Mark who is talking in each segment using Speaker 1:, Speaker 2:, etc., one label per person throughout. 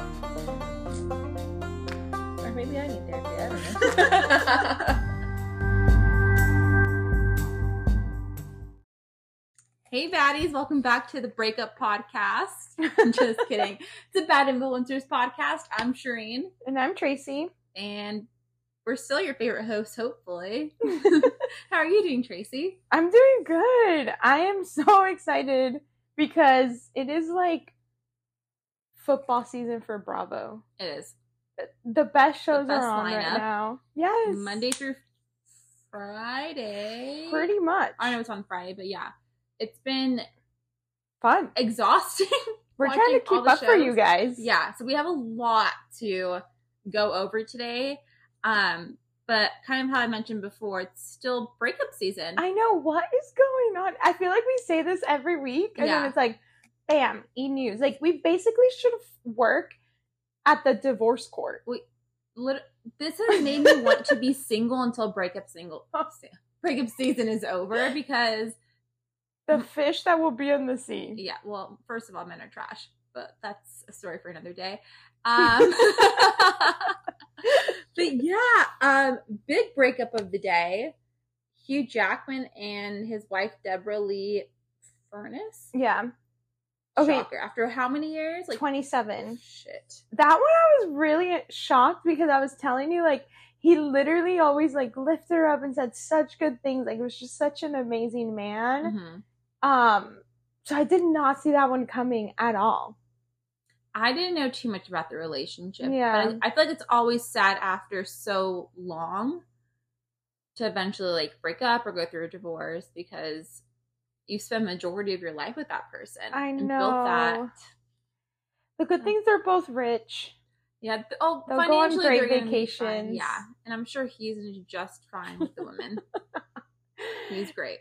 Speaker 1: Hey, baddies, welcome back to the Breakup Podcast. I'm just kidding. It's a Bad Influencers podcast. I'm Shireen,
Speaker 2: And I'm Tracy.
Speaker 1: and we're still your favorite host, hopefully. How are you doing, Tracy?
Speaker 2: I'm doing good. I am so excited because it is like football season for Bravo.
Speaker 1: It is
Speaker 2: The best shows
Speaker 1: best
Speaker 2: are on right
Speaker 1: lineup.
Speaker 2: now. Yes.
Speaker 1: Monday through Friday.
Speaker 2: Pretty much.
Speaker 1: I know it's on Friday, but yeah, it's been
Speaker 2: Fun.
Speaker 1: exhausting.
Speaker 2: We're trying to
Speaker 1: watching all
Speaker 2: keep
Speaker 1: the
Speaker 2: up for you
Speaker 1: shows.
Speaker 2: guys.
Speaker 1: yeah, so we have a lot to go over today. Um, but kind of how I mentioned before, it's still breakup season.
Speaker 2: I know. What is going on? I feel like we say this every week, and
Speaker 1: Yeah.
Speaker 2: then it's like, bam, e news. Like, we basically should work at the divorce court.
Speaker 1: lit- this has made me want to be single until breakup single oh, breakup season is over because
Speaker 2: The
Speaker 1: Mm.
Speaker 2: fish that will be in the sea.
Speaker 1: yeah well first of all men are trash but that's a story for another day um but yeah um big breakup of the day hugh jackman and his wife deborah lee furness
Speaker 2: Yeah. Okay.
Speaker 1: Shocker. after how many years like
Speaker 2: 27.
Speaker 1: shit
Speaker 2: That one I was really shocked because I was telling you, like, he literally always, like, lifted her up and said such good things. Like, it was just such an amazing man.
Speaker 1: Mhm.
Speaker 2: Um, so I did not see that one coming at all.
Speaker 1: I didn't know too much about the relationship.
Speaker 2: Yeah.
Speaker 1: But I, I feel like it's always sad after so long to eventually like break up or go through a divorce because you spend majority of your life with that person.
Speaker 2: I
Speaker 1: and
Speaker 2: know.
Speaker 1: built that.
Speaker 2: The good things they're both rich.
Speaker 1: Yeah. th- Oh,
Speaker 2: They'll go on
Speaker 1: financially
Speaker 2: great
Speaker 1: they're gonna be fine.
Speaker 2: vacations.
Speaker 1: Yeah. And I'm sure he's just fine with the women. he's great.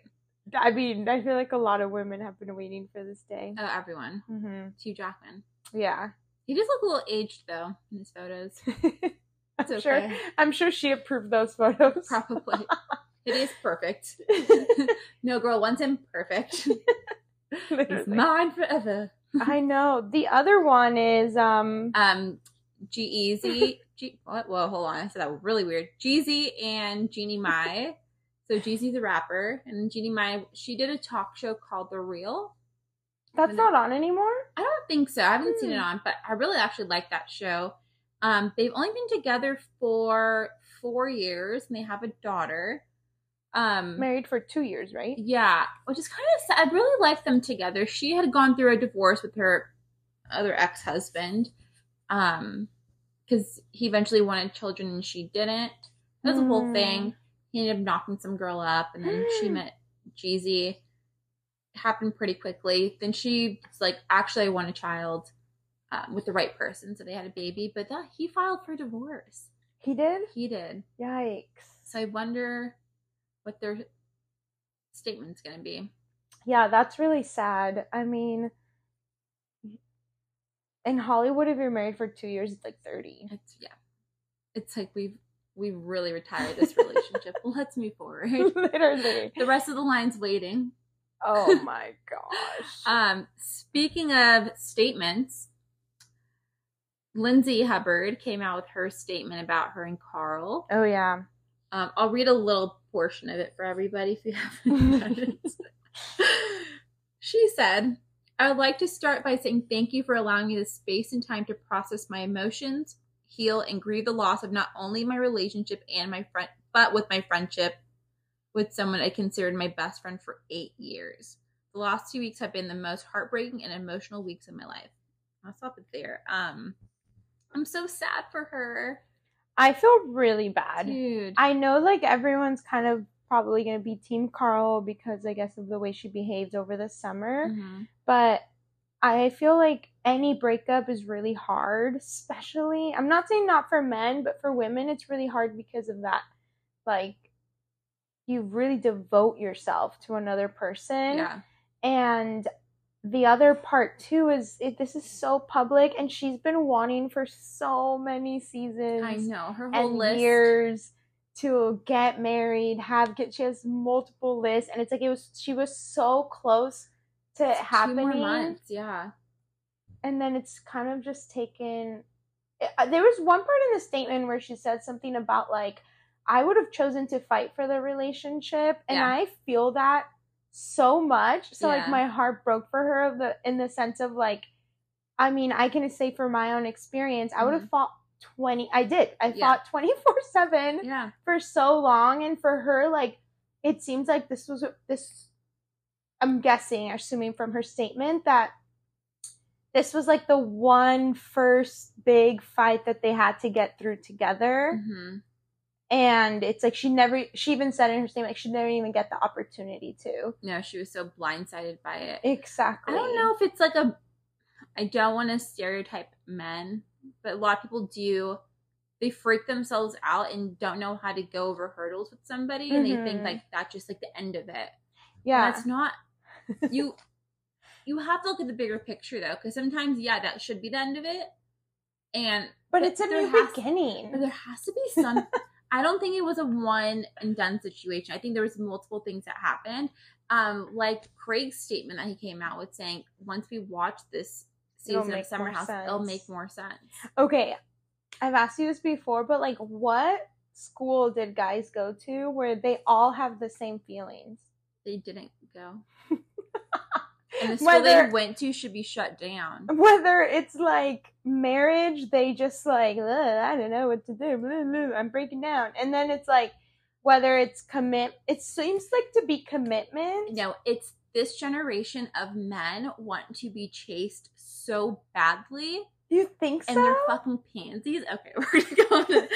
Speaker 2: I mean, I feel like a lot of women have been waiting for this day.
Speaker 1: Oh, everyone.
Speaker 2: hmm
Speaker 1: Hugh Jackman.
Speaker 2: Yeah.
Speaker 1: He does look a little aged though in his photos. It's
Speaker 2: I'm sure.
Speaker 1: okay.
Speaker 2: I'm sure she approved those photos.
Speaker 1: Probably. it is perfect. no girl wants him perfect. It's
Speaker 2: Literally.
Speaker 1: mine forever.
Speaker 2: I know. The other one is um
Speaker 1: Um, G Easy. G- what? Whoa, hold on. I said that really weird. Jeezy and Jeannie Mai. So Jeezy's a rapper, and Jeannie Mai. She did a talk show called The Real.
Speaker 2: that's not on anymore.
Speaker 1: I don't think so. I haven't seen it
Speaker 2: Hmm.
Speaker 1: on, but I really actually like that show. Um, they've only been together for four years, and they have a daughter. Um,
Speaker 2: Married for two years, right?
Speaker 1: Yeah, which is kind of sad. I really liked them together. She had gone through a divorce with her other ex husband, um, because he eventually wanted children and she didn't. That was a whole
Speaker 2: Mm.
Speaker 1: thing. He ended up knocking some girl up, and then she met Jeezy. Happened pretty quickly. Then she's like, actually, I want a child um, with the right person, so they had a baby. But that he filed for divorce.
Speaker 2: He did.
Speaker 1: He did.
Speaker 2: Yikes.
Speaker 1: So I wonder what their statement's going to be.
Speaker 2: Yeah, that's really sad. I mean, in Hollywood, if you're married for two years, it's like thirty.
Speaker 1: It's yeah. It's like we've we really retired this relationship. Let's move forward.
Speaker 2: Literally.
Speaker 1: The rest of the line's waiting.
Speaker 2: Oh my gosh.
Speaker 1: Um, speaking of statements, Lindsay Hubbard came out with her statement about her and Carl.
Speaker 2: Oh yeah.
Speaker 1: Um, I'll read a little portion of it for everybody if you haven't read it. she said, I would like to start by saying thank you for allowing me the space and time to process my emotions, heal, and grieve the loss of not only my relationship and my friend, but with my friendship with someone I considered my best friend for eight years. The last two weeks have been the most heartbreaking and emotional weeks of my life. I'll stop it there. Um, I'm so sad for her,
Speaker 2: I feel really bad.
Speaker 1: dude.
Speaker 2: I know like everyone's kind of probably gonna be Team Carl because I guess of the way she behaved over the summer.
Speaker 1: Mhm.
Speaker 2: but I feel like any breakup is really hard, especially I'm not saying not for men, but for women it's really hard because of that. Like you really devote yourself to another person.
Speaker 1: Yeah.
Speaker 2: And the other part too is it, this is so public and she's been wanting for so many seasons
Speaker 1: I know her whole
Speaker 2: and
Speaker 1: list.
Speaker 2: years to get married, have kids. She has multiple lists, and it's like it was. She was so close to it
Speaker 1: Two more
Speaker 2: happening,
Speaker 1: months, yeah.
Speaker 2: and then it's kind of eh, just taken. uh, There was one part in the statement where she said something about like, I would have chosen to fight for the relationship, and
Speaker 1: Yeah.
Speaker 2: I feel that so much. So like
Speaker 1: Yeah.
Speaker 2: my heart broke for her of the in the sense of like, I mean, I can say for my own experience, I would have fought twenty. I did. I
Speaker 1: Mm-hmm. Yeah.
Speaker 2: fought twenty four seven
Speaker 1: Yeah.
Speaker 2: for so long and for her like it seems like this was this i'm guessing assuming from her statement that this was like the one first big fight that they had to get through together
Speaker 1: hmm
Speaker 2: and it's like she never she even said in her statement like she never even get the opportunity to
Speaker 1: No, she was so blindsided by it. I
Speaker 2: exactly
Speaker 1: don't know if it's like a. I don't want to stereotype men, but a lot of people do. They freak themselves out and don't know how to go over hurdles with somebody, and they think
Speaker 2: Mhm.
Speaker 1: like that's just like the end of it.
Speaker 2: yeah
Speaker 1: that's not you. you have to look at the bigger picture though, because sometimes yeah, that should be the end of it, and
Speaker 2: but it's a
Speaker 1: there
Speaker 2: new
Speaker 1: has- but
Speaker 2: beginning
Speaker 1: there has to be some. I don't think it was a one and done situation. I think there was multiple things that happened. Um, like Craig's statement that he came out with saying, "Once we watch this
Speaker 2: It'll
Speaker 1: season
Speaker 2: make
Speaker 1: of Summer
Speaker 2: more
Speaker 1: House, it'll
Speaker 2: sense."
Speaker 1: make more sense."
Speaker 2: okay i've asked you this before but like what school did guys go to where they all have the same feelings
Speaker 1: They didn't go, and the school
Speaker 2: Whether-
Speaker 1: they went to should be shut down.
Speaker 2: whether it's like marriage, they just like, "Ugh, I don't know what to do. Blah, blah, I'm breaking down. And then it's like, whether it's commit, it seems like to be commitment.
Speaker 1: No, it's this generation of men want to be chased so badly,
Speaker 2: You think
Speaker 1: and they're
Speaker 2: so?
Speaker 1: fucking pansies. Okay, we're gonna go. on.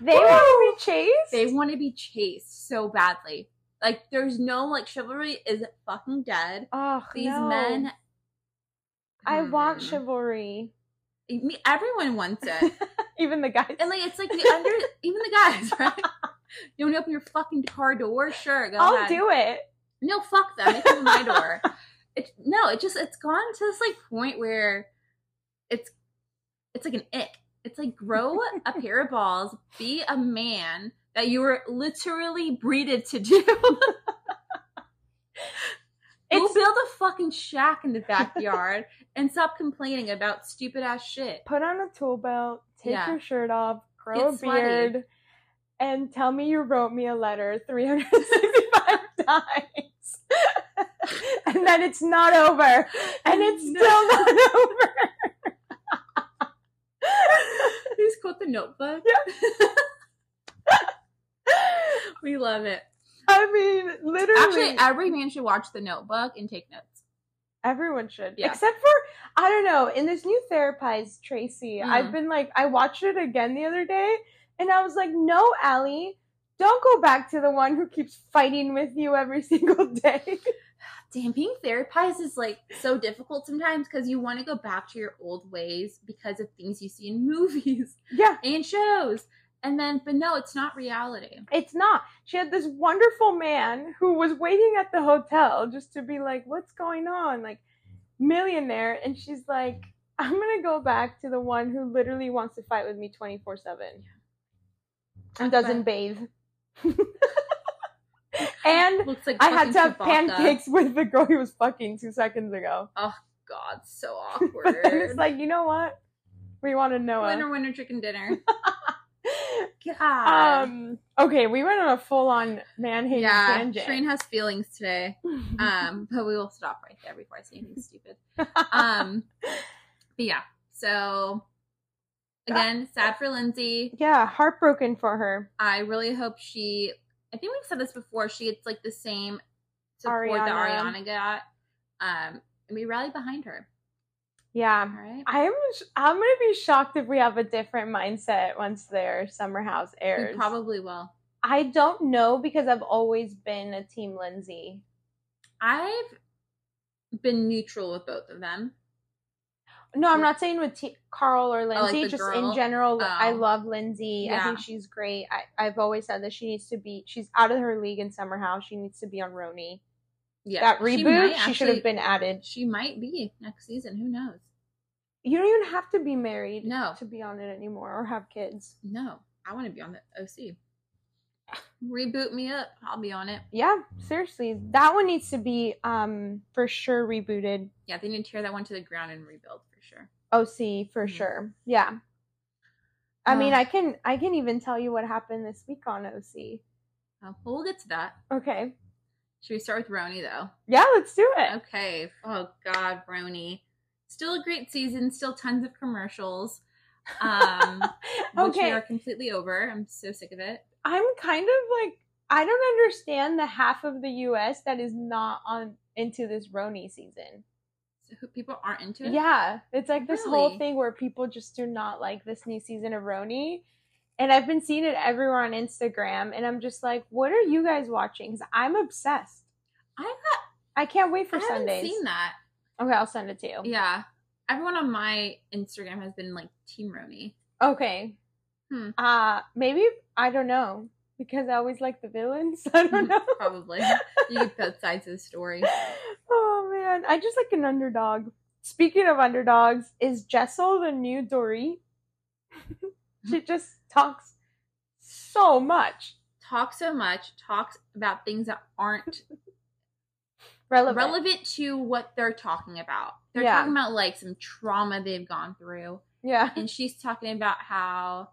Speaker 2: They want to be chased?
Speaker 1: they want to be chased so badly. Like there's no like chivalry is fucking dead.
Speaker 2: Ugh,
Speaker 1: These
Speaker 2: no.
Speaker 1: men.
Speaker 2: I want
Speaker 1: Hmm.
Speaker 2: chivalry.
Speaker 1: Me- Everyone wants it,
Speaker 2: Even the guys.
Speaker 1: and like it's like the under even the guys, right? You want to open your fucking car door? Sure, go
Speaker 2: I'll
Speaker 1: ahead.
Speaker 2: do it.
Speaker 1: No, fuck them. It's in my door. It no, it just it's gone to this like point where it's it's like an ick. It's like grow a pair of balls, be a man that you were literally breeded to do. Go
Speaker 2: It's-
Speaker 1: build a fucking shack in the backyard and stop complaining about stupid ass shit.
Speaker 2: Put on a tool belt, take
Speaker 1: Yeah.
Speaker 2: your shirt off, grow
Speaker 1: Get
Speaker 2: a
Speaker 1: sweaty.
Speaker 2: beard, and tell me you wrote me a letter 365 times. and then it's not over. And it's
Speaker 1: No.
Speaker 2: still not over.
Speaker 1: Please quote the notebook. we love it.
Speaker 2: I mean, literally.
Speaker 1: Actually, every man should watch the notebook and take notes.
Speaker 2: everyone should.
Speaker 1: Yeah.
Speaker 2: Except for, I don't know, in this new Therapize, Tracy, I've
Speaker 1: Mhm.
Speaker 2: been like, I watched it again the other day, and I was like, no, Allie, don't go back to the one who keeps fighting with you every single day.
Speaker 1: damn being therapized is like so difficult sometimes because you want to go back to your old ways because of things you see in movies
Speaker 2: yeah.
Speaker 1: and shows and then but no it's not reality
Speaker 2: It's not. She had this wonderful man who was waiting at the hotel just to be like, what's going on? Like, millionaire. And she's like, I'm going to go back to the one who literally wants to fight with me 24 7 and doesn't bathe. and
Speaker 1: looks like
Speaker 2: I had
Speaker 1: fucking
Speaker 2: to have
Speaker 1: Chewbacca.
Speaker 2: pancakes with the girl he was fucking two seconds ago.
Speaker 1: god so
Speaker 2: But
Speaker 1: awkward
Speaker 2: then it's like, you know what? We want to know.
Speaker 1: winner
Speaker 2: her.
Speaker 1: winner chicken dinner god
Speaker 2: Um, okay, we went on a full on man hating
Speaker 1: yeah
Speaker 2: tangent.
Speaker 1: train has feelings today um but we will stop right there before i say anything stupid um but yeah so again sad for lindsay
Speaker 2: Yeah, heartbroken for her.
Speaker 1: I really hope she. I think we've said this before. She gets like the same support that
Speaker 2: Ariana.
Speaker 1: Ariana got, um, and we rally behind her. All
Speaker 2: Yeah.
Speaker 1: right,
Speaker 2: I'm sh- I'm gonna be shocked if we have a different mindset once their summer house
Speaker 1: we
Speaker 2: airs.
Speaker 1: probably will.
Speaker 2: I don't know because I've always been a team Lindsay.
Speaker 1: I've been neutral with both of them.
Speaker 2: No, I'm not saying with T- Carl or
Speaker 1: like
Speaker 2: Lindsay.
Speaker 1: the
Speaker 2: just
Speaker 1: girl?
Speaker 2: in general, I
Speaker 1: Oh.
Speaker 2: love Lindsay. I think
Speaker 1: Yeah.
Speaker 2: she's great. I- I've always said that she needs to be. She's out of her league in summer house. She needs to be on Roni.
Speaker 1: Yeah,
Speaker 2: that reboot,
Speaker 1: might
Speaker 2: she should have
Speaker 1: actually-
Speaker 2: been added.
Speaker 1: She might be next season. Who knows?
Speaker 2: You don't even have to be married
Speaker 1: No.
Speaker 2: to be on it anymore or have kids.
Speaker 1: No, I want to be on the OC. Reboot me up. I'll be on it.
Speaker 2: Yeah, seriously, that one needs to be um for sure rebooted.
Speaker 1: Yeah, they need to tear that one to the ground and rebuild for sure.
Speaker 2: OC for
Speaker 1: Mhm.
Speaker 2: sure. Yeah. I mean,
Speaker 1: Oh.
Speaker 2: I can I can even tell you what happened this week on OC.
Speaker 1: Uh, well, we'll get to that.
Speaker 2: Okay.
Speaker 1: Should we start with Roni though?
Speaker 2: Yeah, let's do it.
Speaker 1: Okay. Oh God, Roni. Still a great season. Still tons of commercials. Um, which we
Speaker 2: Okay.
Speaker 1: are completely over. I'm so sick of it.
Speaker 2: I'm kind of like I don't understand the half of the US that is not on into this Roni season.
Speaker 1: So who- people aren't into it.
Speaker 2: Yeah, it's like this whole
Speaker 1: Really?
Speaker 2: thing where people just do not like this new season of Roni. And I've been seeing it everywhere on Instagram, and I'm just like, what are you guys watching? Because I'm obsessed.
Speaker 1: I got.
Speaker 2: I can't wait for
Speaker 1: I haven't
Speaker 2: Sundays. Um,
Speaker 1: seen that.
Speaker 2: Okay, I'll send it to you.
Speaker 1: Yeah. Everyone on my Instagram has been like Team Roni.
Speaker 2: Okay.
Speaker 1: Hmm.
Speaker 2: Uh maybe I don't know because I always like the villains. I don't know.
Speaker 1: Probably. You get both sides of the story.
Speaker 2: oh man, I just like an underdog. Speaking of underdogs, is Jessel the new Dory? she just talks so much.
Speaker 1: Talks so much. Talks about things that aren't
Speaker 2: Relevant.
Speaker 1: relevant, to what they're talking about. They're
Speaker 2: Yeah.
Speaker 1: talking about like some trauma they've gone through,
Speaker 2: yeah,
Speaker 1: and she's talking about how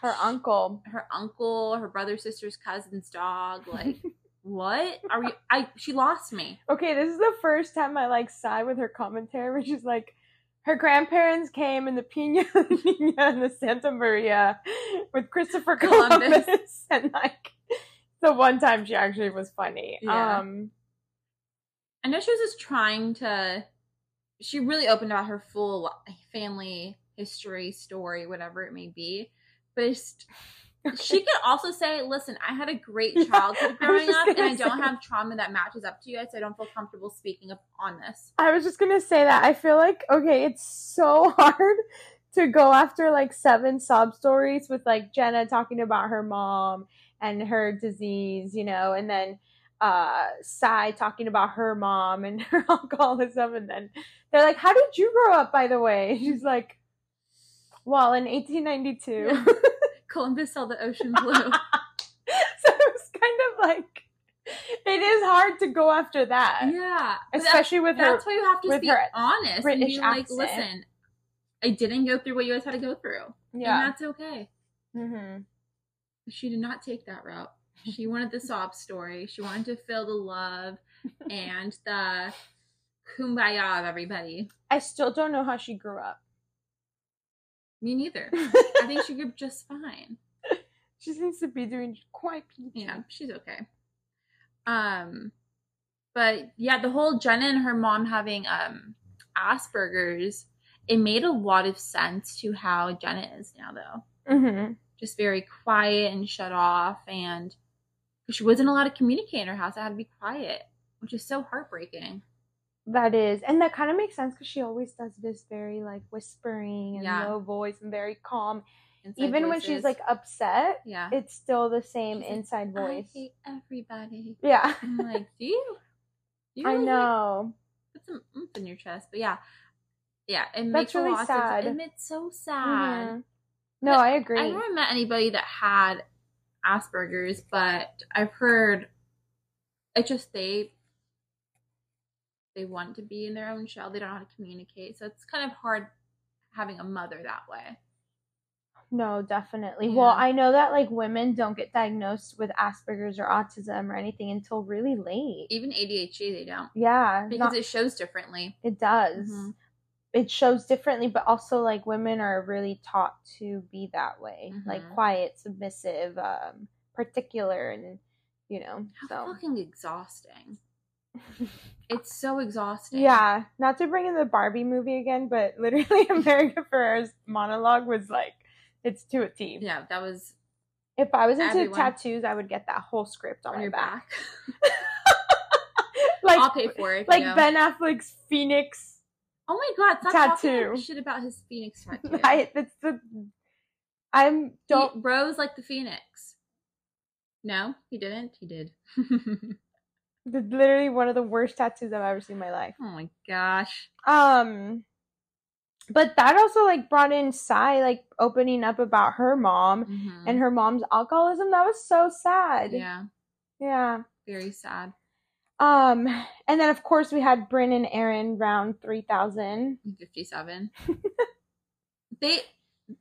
Speaker 2: her uncle.
Speaker 1: her uncle, her brother, sister's cousin's dog. Like, what are we? I she lost me.
Speaker 2: Okay, this is the first time I like side with her commentary where she's like, her grandparents came in the Pina Nina and the Santa Maria with Christopher
Speaker 1: Columbus.
Speaker 2: Columbus. and like the one time she actually was funny.
Speaker 1: Yeah.
Speaker 2: Um
Speaker 1: I know she was just trying to. She really opened about her full li- family history, story, whatever it may be. But it's- she could also say, "Listen, I had a
Speaker 2: Yeah,
Speaker 1: great childhood
Speaker 2: I was
Speaker 1: growing
Speaker 2: just
Speaker 1: up, and
Speaker 2: gonna
Speaker 1: I don't
Speaker 2: say.
Speaker 1: have trauma that matches up to you, so I don't feel comfortable speaking up on this."
Speaker 2: I was just gonna say that I feel like okay, it's so hard to go after like seven sob stories with like Jenna talking about her mom and her disease, you know, and then uh Sai talking about her mom and her alcoholism and then they're like, How did you grow up by the way? She's like, Well, in eighteen ninety two.
Speaker 1: Yeah. Columbus saw the ocean blue.
Speaker 2: So it was kind of like it is hard to go after that.
Speaker 1: yeah, But that's-
Speaker 2: Especially with her
Speaker 1: Mm-hmm. that's why you have to
Speaker 2: with
Speaker 1: be
Speaker 2: her
Speaker 1: honest and
Speaker 2: British
Speaker 1: be like,
Speaker 2: accent.
Speaker 1: "Listen, I didn't go through what you guys had to go through, and
Speaker 2: Yeah.
Speaker 1: that's okay."
Speaker 2: hmm
Speaker 1: mm-hmm. she did not take that route. She wanted the sob story. She wanted to feel the love and the kumbaya of everybody.
Speaker 2: I still don't know how she grew up.
Speaker 1: Me neither. I think she grew just fine.
Speaker 2: she seems to be doing quite peachy.
Speaker 1: Yeah, she's okay. Um, but yeah, the whole Jenna and her mom having um Asperger's, it made a lot of sense to how Jenna is now, though.
Speaker 2: Mm-hmm.
Speaker 1: Just very quiet and shut off, and she wasn't allowed to communicate in her house. I had to be quiet, which is so heartbreaking.
Speaker 2: That is, and that kind of makes sense because she always does this very like whispering and
Speaker 1: Yeah.
Speaker 2: low voice and very calm.
Speaker 1: inside
Speaker 2: Even when she's
Speaker 1: voices.
Speaker 2: like upset,
Speaker 1: yeah
Speaker 2: it's still the same
Speaker 1: She's like,
Speaker 2: inside voice.
Speaker 1: i hate everybody
Speaker 2: yeah,
Speaker 1: i'm like do you, do you
Speaker 2: I
Speaker 1: really, like,
Speaker 2: know.
Speaker 1: put some oomph in your chest but yeah yeah it makes
Speaker 2: That's
Speaker 1: a
Speaker 2: really
Speaker 1: lot
Speaker 2: sad.
Speaker 1: of and it's so sad
Speaker 2: Mhm. No,
Speaker 1: But
Speaker 2: I
Speaker 1: i
Speaker 2: agree.
Speaker 1: haven't met anybody that had asperger's but i've heard it just they they want to be in their own shell they don't know how to communicate so it's kind of hard having a mother that way
Speaker 2: No, definitely. Well,
Speaker 1: Yeah.
Speaker 2: I know that like women don't get diagnosed with Asperger's or autism or anything until really late.
Speaker 1: even adhd they don't
Speaker 2: Yeah,
Speaker 1: because
Speaker 2: not-
Speaker 1: it shows differently
Speaker 2: It does.
Speaker 1: Mhm.
Speaker 2: It shows differently, but also like women are really taught to be that way, like
Speaker 1: Mhm.
Speaker 2: quiet, submissive, um, particular, and you know,
Speaker 1: How
Speaker 2: so
Speaker 1: fucking exhausting. It's so exhausting.
Speaker 2: yeah. Not to bring in the Barbie movie again, but literally America Ferrera's monologue was like, it's to a T.
Speaker 1: Yeah, that was
Speaker 2: If I was into
Speaker 1: Everyone-
Speaker 2: tattoos, I would get that whole script on,
Speaker 1: on
Speaker 2: my
Speaker 1: your
Speaker 2: back.
Speaker 1: back.
Speaker 2: Like,
Speaker 1: I'll pay for it.
Speaker 2: like
Speaker 1: you know?
Speaker 2: Ben Affleck's Phoenix.
Speaker 1: Oh my god, stop tattoo.
Speaker 2: Tattoo.
Speaker 1: shit about his phoenix tattoo.
Speaker 2: I, that's the. I'm don't.
Speaker 1: He- Rose like the phoenix. No, he didn't. He did. Oh
Speaker 2: that's Literally one of the worst tattoos I've ever seen in my life.
Speaker 1: oh my gosh.
Speaker 2: Um, but that also like brought in Sai like opening up about her mom
Speaker 1: Mhm.
Speaker 2: and her mom's alcoholism. That was so sad.
Speaker 1: yeah,
Speaker 2: Yeah.
Speaker 1: very sad.
Speaker 2: Um, and then of course we had Bryn and Aaron round three thousand.
Speaker 1: Fifty-seven. they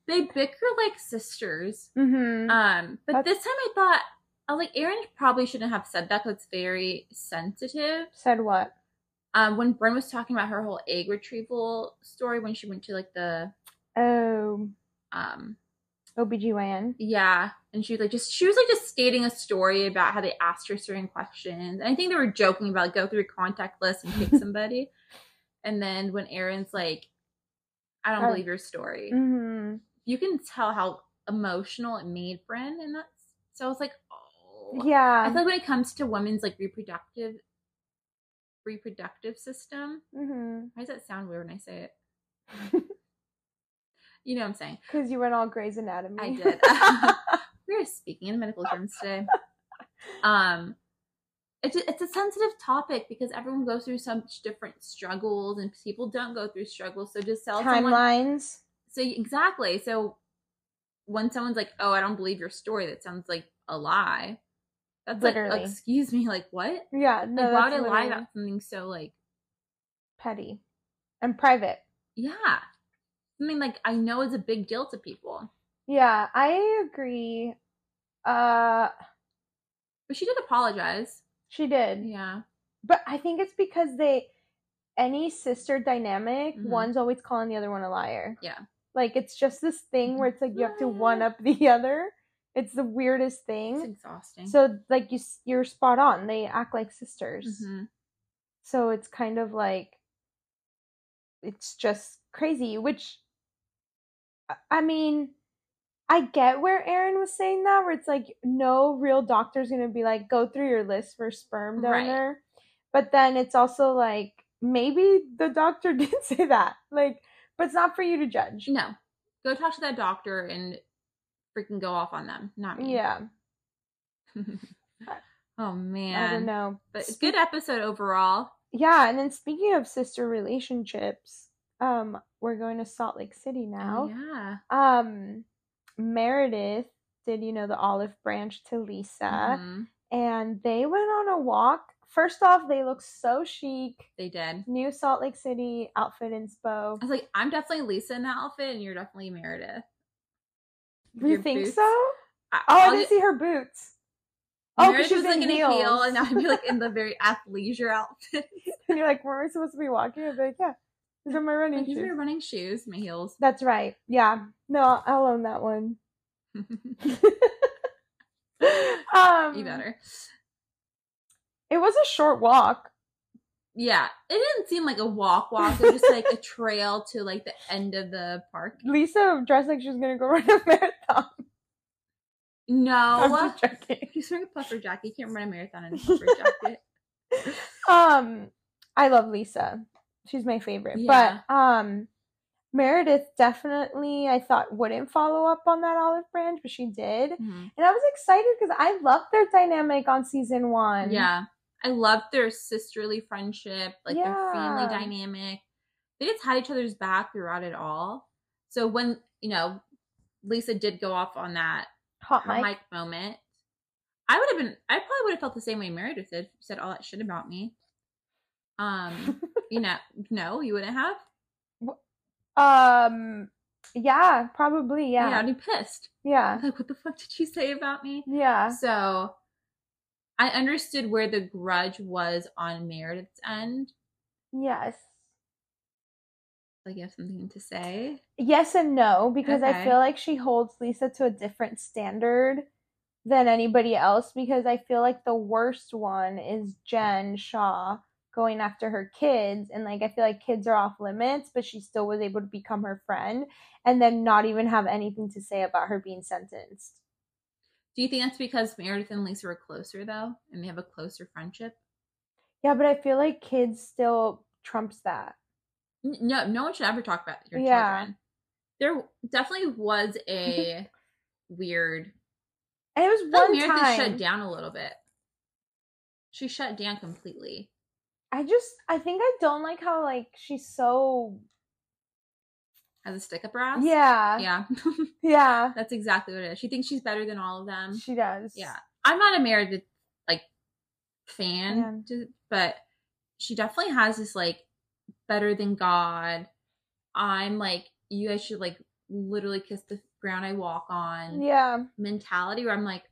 Speaker 1: they bicker like sisters.
Speaker 2: Mm-hmm.
Speaker 1: Um, but
Speaker 2: That's-
Speaker 1: this time I thought, I was like, Aaron probably shouldn't have said that because it's very sensitive.
Speaker 2: Said what?
Speaker 1: Um, when Bryn was talking about her whole egg retrieval story when she went to like the
Speaker 2: Oh,
Speaker 1: um
Speaker 2: OBGYN.
Speaker 1: yeah, and she was like just she was like just stating a story about how they asked her certain questions. And I think they were joking about like, go through your contact list and pick somebody. and then when Aaron's like, I don't
Speaker 2: Oh.
Speaker 1: believe your story.
Speaker 2: Mm-hmm.
Speaker 1: You can tell how emotional it made Bryn and that's so I was like, Oh I
Speaker 2: Yeah.
Speaker 1: feel like when it comes to women's like reproductive reproductive system,
Speaker 2: mm-hmm.
Speaker 1: why does that sound weird when I say it? You know what I'm saying.
Speaker 2: Because you went all Grey's Anatomy.
Speaker 1: I did. We're speaking in medical terms today. Um, it's a, it's a sensitive topic because everyone goes through so much different struggles, and people don't go through struggles. So just tell someone.
Speaker 2: Timelines.
Speaker 1: So you- exactly. So when someone's like, "Oh, I don't believe your story," that sounds like a lie. That's
Speaker 2: Literally.
Speaker 1: like, excuse me, like what?
Speaker 2: Yeah. No,
Speaker 1: like, why
Speaker 2: that's
Speaker 1: would I lie
Speaker 2: literally
Speaker 1: about something so like,
Speaker 2: petty and private.
Speaker 1: yeah, something like I know is a big deal to people.
Speaker 2: Yeah, I agree. Uh,
Speaker 1: But she did apologize.
Speaker 2: she did.
Speaker 1: Yeah,
Speaker 2: But I think it's because they any sister dynamic,
Speaker 1: Mhm.
Speaker 2: one's always calling the other one a liar.
Speaker 1: Yeah. Mm-hmm.
Speaker 2: Like it's just this thing where it's like you have to one
Speaker 1: Liar.
Speaker 2: up the other. It's the weirdest
Speaker 1: it's
Speaker 2: thing.
Speaker 1: exhausting.
Speaker 2: So like you s- you're spot on. They act like sisters.
Speaker 1: Mhm.
Speaker 2: So it's kind of like it's just crazy, which I- I mean, I get where Aaron was saying that, where it's like no real doctor's gonna be like, go through your list for sperm
Speaker 1: Right.
Speaker 2: donor. But then it's also like maybe the doctor did say that. Like, but it's not for you to judge.
Speaker 1: No. Go talk to that doctor and freaking go off on them, not me.
Speaker 2: Yeah.
Speaker 1: oh man.
Speaker 2: I don't know.
Speaker 1: But
Speaker 2: Speak-
Speaker 1: good episode overall.
Speaker 2: Yeah, and then speaking of sister relationships, um, we're going to Salt Lake City now.
Speaker 1: Yeah.
Speaker 2: um Meredith did you know the olive branch to Lisa
Speaker 1: Mhm.
Speaker 2: and they went on a walk. First off, they look so chic.
Speaker 1: They did.
Speaker 2: New Salt Lake City outfit inspo.
Speaker 1: I was like, I'm definitely Lisa in that outfit and you're definitely Meredith. With
Speaker 2: You
Speaker 1: your
Speaker 2: think
Speaker 1: boots.
Speaker 2: so? Oh,
Speaker 1: I,
Speaker 2: I
Speaker 1: I'll
Speaker 2: didn't
Speaker 1: get-
Speaker 2: see her boots. Oh,
Speaker 1: Meredith
Speaker 2: because she's
Speaker 1: was
Speaker 2: in
Speaker 1: like
Speaker 2: heels.
Speaker 1: a heel and I'd be like in the very athleisure outfit.
Speaker 2: and you're like, were we supposed to be walking? I'd be like, yeah, these are my running
Speaker 1: like, these are my
Speaker 2: shoes.
Speaker 1: running shoes, my heels.
Speaker 2: That's right. Yeah. No, I'll own that one. um,
Speaker 1: you better.
Speaker 2: It was a short walk.
Speaker 1: Yeah. It didn't seem like a walk walk. It was just like a trail to like the end of the park.
Speaker 2: Lisa dressed like she was gonna go run a marathon.
Speaker 1: No.
Speaker 2: I'm just joking.
Speaker 1: He's wearing a puffer jacket. You can't run a marathon in a puffer jacket.
Speaker 2: Um, I love Lisa. She's my favorite. But um, Meredith definitely, I thought wouldn't follow up on that olive branch, but she did, and I was excited because I loved their dynamic on season one.
Speaker 1: Yeah. I loved their sisterly friendship, like their family
Speaker 2: Yeah.
Speaker 1: dynamic. They just had each other's back throughout it all. So when, you know, Lisa did go off on that
Speaker 2: hot
Speaker 1: mic.
Speaker 2: mic.
Speaker 1: moment, I would have been, I probably would have felt the same way Meredith did, said all that shit about me. Um, you know, no, you wouldn't have.
Speaker 2: Um, yeah, probably.
Speaker 1: Yeah, I'd
Speaker 2: Yeah,
Speaker 1: be pissed.
Speaker 2: yeah,
Speaker 1: Like, what the fuck did you say about me?
Speaker 2: yeah,
Speaker 1: So I understood where the grudge was on Meredith's end.
Speaker 2: yes,
Speaker 1: Like you have something to say.
Speaker 2: yes, and no, because I
Speaker 1: Okay.
Speaker 2: feel like she holds Lisa to a different standard than anybody else because I feel like the worst one is Jen Shaw going after her kids and like I feel like kids are off limits but she still was able to become her friend and then not even have anything to say about her being sentenced.
Speaker 1: Do you think that's because Meredith and Lisa were closer though? And they have a closer friendship?
Speaker 2: Yeah, but I feel like kids still trumps that.
Speaker 1: N- No, no one should ever talk about your
Speaker 2: Yeah.
Speaker 1: children. There definitely was a weird
Speaker 2: And it was
Speaker 1: I feel like
Speaker 2: one
Speaker 1: Meredith
Speaker 2: time
Speaker 1: shut down a little bit. She shut down completely.
Speaker 2: I just I think I don't like how like she's so
Speaker 1: Has a stick up her ass?
Speaker 2: yeah. Yeah.
Speaker 1: Yeah. that's exactly what it is. She thinks she's better than all of them.
Speaker 2: She does.
Speaker 1: Um, Yeah. I'm not a Meredith like fan,
Speaker 2: Fan.
Speaker 1: to, but she definitely has this like better than God. I'm like you guys should like literally kiss the ground I walk on
Speaker 2: Yeah.
Speaker 1: mentality where I'm like,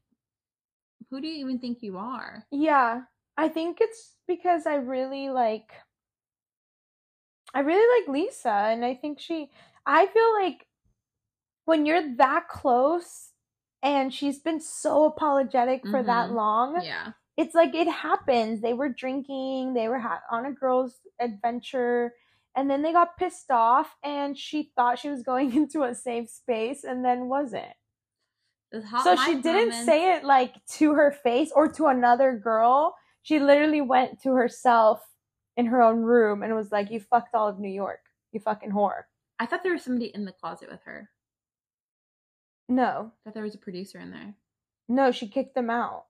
Speaker 1: who do you even think you are?
Speaker 2: Yeah. I think it's because I really like I really like Lisa and I think she I feel like when you're that close and she's been so apologetic for that
Speaker 1: Mhm.
Speaker 2: long,
Speaker 1: Yeah.
Speaker 2: it's like it happens. They were drinking, they were ha- on a girls' adventure, and then they got pissed off, and she thought she was going into a safe space, and then wasn't.
Speaker 1: The hot
Speaker 2: so
Speaker 1: mic
Speaker 2: she didn't
Speaker 1: moments-
Speaker 2: say it like to her face or to another girl. She literally went to herself in her own room and was like, "You fucked all of New York, you fucking whore."
Speaker 1: I thought there was somebody in the closet with her.
Speaker 2: No,
Speaker 1: I thought there was a producer in there.
Speaker 2: no, she kicked them out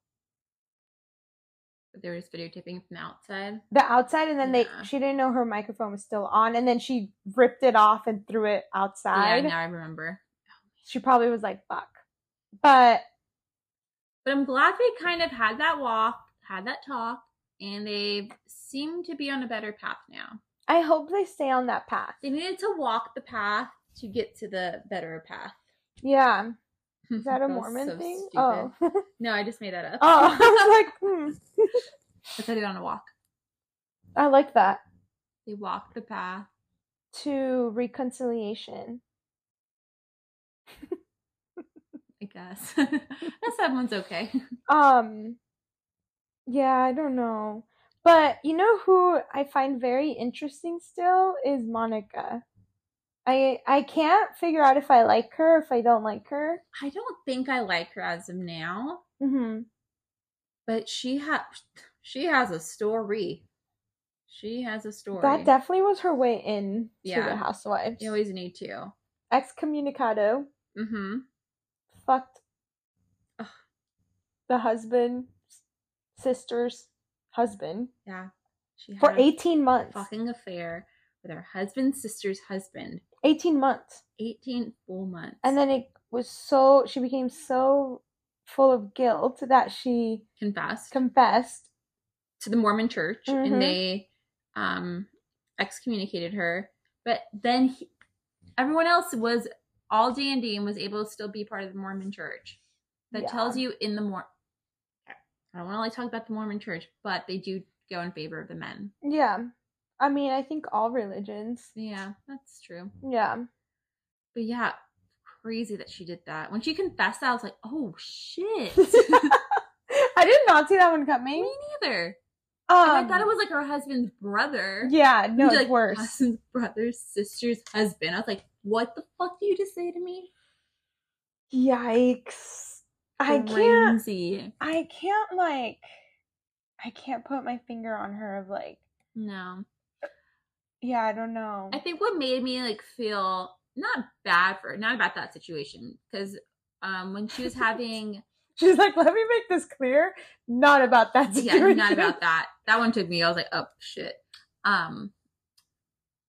Speaker 1: But they were just videotaping from the outside.
Speaker 2: the outside, and then
Speaker 1: Yeah.
Speaker 2: they she didn't know her microphone was still on, and then she ripped it off and threw it outside.
Speaker 1: Yeah, now I remember.
Speaker 2: she probably was like, fuck. But
Speaker 1: But I'm glad they kind of had that walk, had that talk, and they seem to be on a better path now.
Speaker 2: I hope they stay on that path.
Speaker 1: They needed to walk the path to get to the better path.
Speaker 2: Yeah. Is that a
Speaker 1: was
Speaker 2: Mormon
Speaker 1: so
Speaker 2: thing?
Speaker 1: stupid.
Speaker 2: Oh. oh.
Speaker 1: No, I just made that up.
Speaker 2: I was like, hmm.
Speaker 1: I said it on a walk.
Speaker 2: I like that.
Speaker 1: They walked the path.
Speaker 2: To reconciliation.
Speaker 1: I guess. That's that one's okay.
Speaker 2: Um Yeah, I don't know. But you know who I find very interesting still is Monica. I I can't figure out if I like her or if I don't like her.
Speaker 1: I don't think I like her as of now, Mm-hmm.
Speaker 2: Mhm.
Speaker 1: but she ha- she has a story. She has a story.
Speaker 2: That definitely was her way in to
Speaker 1: Yeah.
Speaker 2: the housewives.
Speaker 1: you always need to.
Speaker 2: Excommunicado.
Speaker 1: Mm-hmm.
Speaker 2: fucked
Speaker 1: Ugh.
Speaker 2: the husband sister's husband
Speaker 1: Yeah. She
Speaker 2: for
Speaker 1: had a
Speaker 2: 18 months
Speaker 1: fucking affair with her husband's sister's husband.
Speaker 2: 18 months
Speaker 1: 18 full months.
Speaker 2: and then it was so she became so full of guilt that she
Speaker 1: confessed
Speaker 2: confessed
Speaker 1: to the Mormon church
Speaker 2: Mhm.
Speaker 1: and they um excommunicated her. But then he, everyone else was all dandy and was able to still be part of the Mormon church. That
Speaker 2: Yeah.
Speaker 1: tells you in the more I don't want to like talk about the Mormon church, but they do go in favor of the men.
Speaker 2: yeah i mean i think all religions
Speaker 1: Yeah, that's true.
Speaker 2: yeah
Speaker 1: But yeah, crazy that she did that. When she confessed that, I was like, oh shit.
Speaker 2: i did not see that one coming
Speaker 1: Me neither.
Speaker 2: um,
Speaker 1: And I thought it was like her husband's brother.
Speaker 2: yeah no
Speaker 1: He's
Speaker 2: it's
Speaker 1: like,
Speaker 2: worse
Speaker 1: Husband's brother's sister's husband. I was like, what the fuck do you just say to me?
Speaker 2: yikes i can't
Speaker 1: Crazy.
Speaker 2: I can't like I can't put my finger on her of like
Speaker 1: No.
Speaker 2: yeah, I don't know.
Speaker 1: I think what made me like feel not bad for not about that situation because um when she was having
Speaker 2: She's like, let me make this clear. Not about that
Speaker 1: yeah
Speaker 2: situation.
Speaker 1: not about that that one took me I was like oh shit um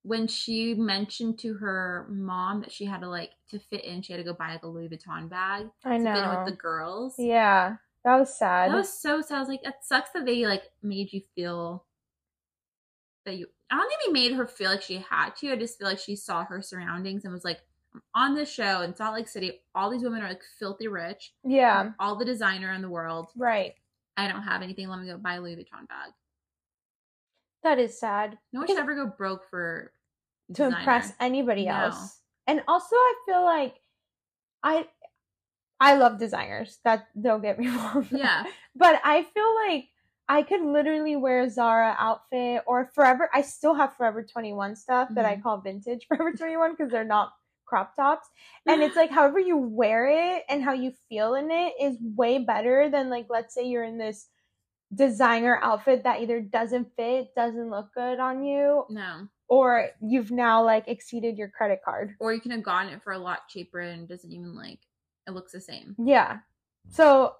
Speaker 1: when she mentioned to her mom that she had to like to fit in she had to go buy like a Louis Vuitton bag
Speaker 2: I
Speaker 1: to
Speaker 2: know.
Speaker 1: fit in with the girls
Speaker 2: yeah. That was sad.
Speaker 1: That was so sad. I was like, it sucks that they like made you feel that you. I don't think they made her feel like she had to. I just feel like she saw her surroundings and was like, I'm on this show in Salt Lake City. All these women are like filthy rich.
Speaker 2: yeah.
Speaker 1: All the designer in the world.
Speaker 2: Right.
Speaker 1: I don't have anything. Let me go buy a Louis Vuitton bag.
Speaker 2: That is sad.
Speaker 1: No one should ever go broke for
Speaker 2: To
Speaker 1: designer.
Speaker 2: impress anybody
Speaker 1: No.
Speaker 2: else. And also I feel like I I love designers. That don't get me wrong.
Speaker 1: Yeah,
Speaker 2: But I feel like I could literally wear a Zara outfit or Forever. I still have Forever 21 stuff that
Speaker 1: Mm-hmm.
Speaker 2: I call vintage Forever 21 because they're not crop tops. And it's like however you wear it and how you feel in it is way better than like let's say you're in this designer outfit that either doesn't fit, doesn't look good on you,
Speaker 1: no.
Speaker 2: or you've now like exceeded your credit card.
Speaker 1: Or you can have gotten it for a lot cheaper and it doesn't even like it looks the same.
Speaker 2: Yeah. So,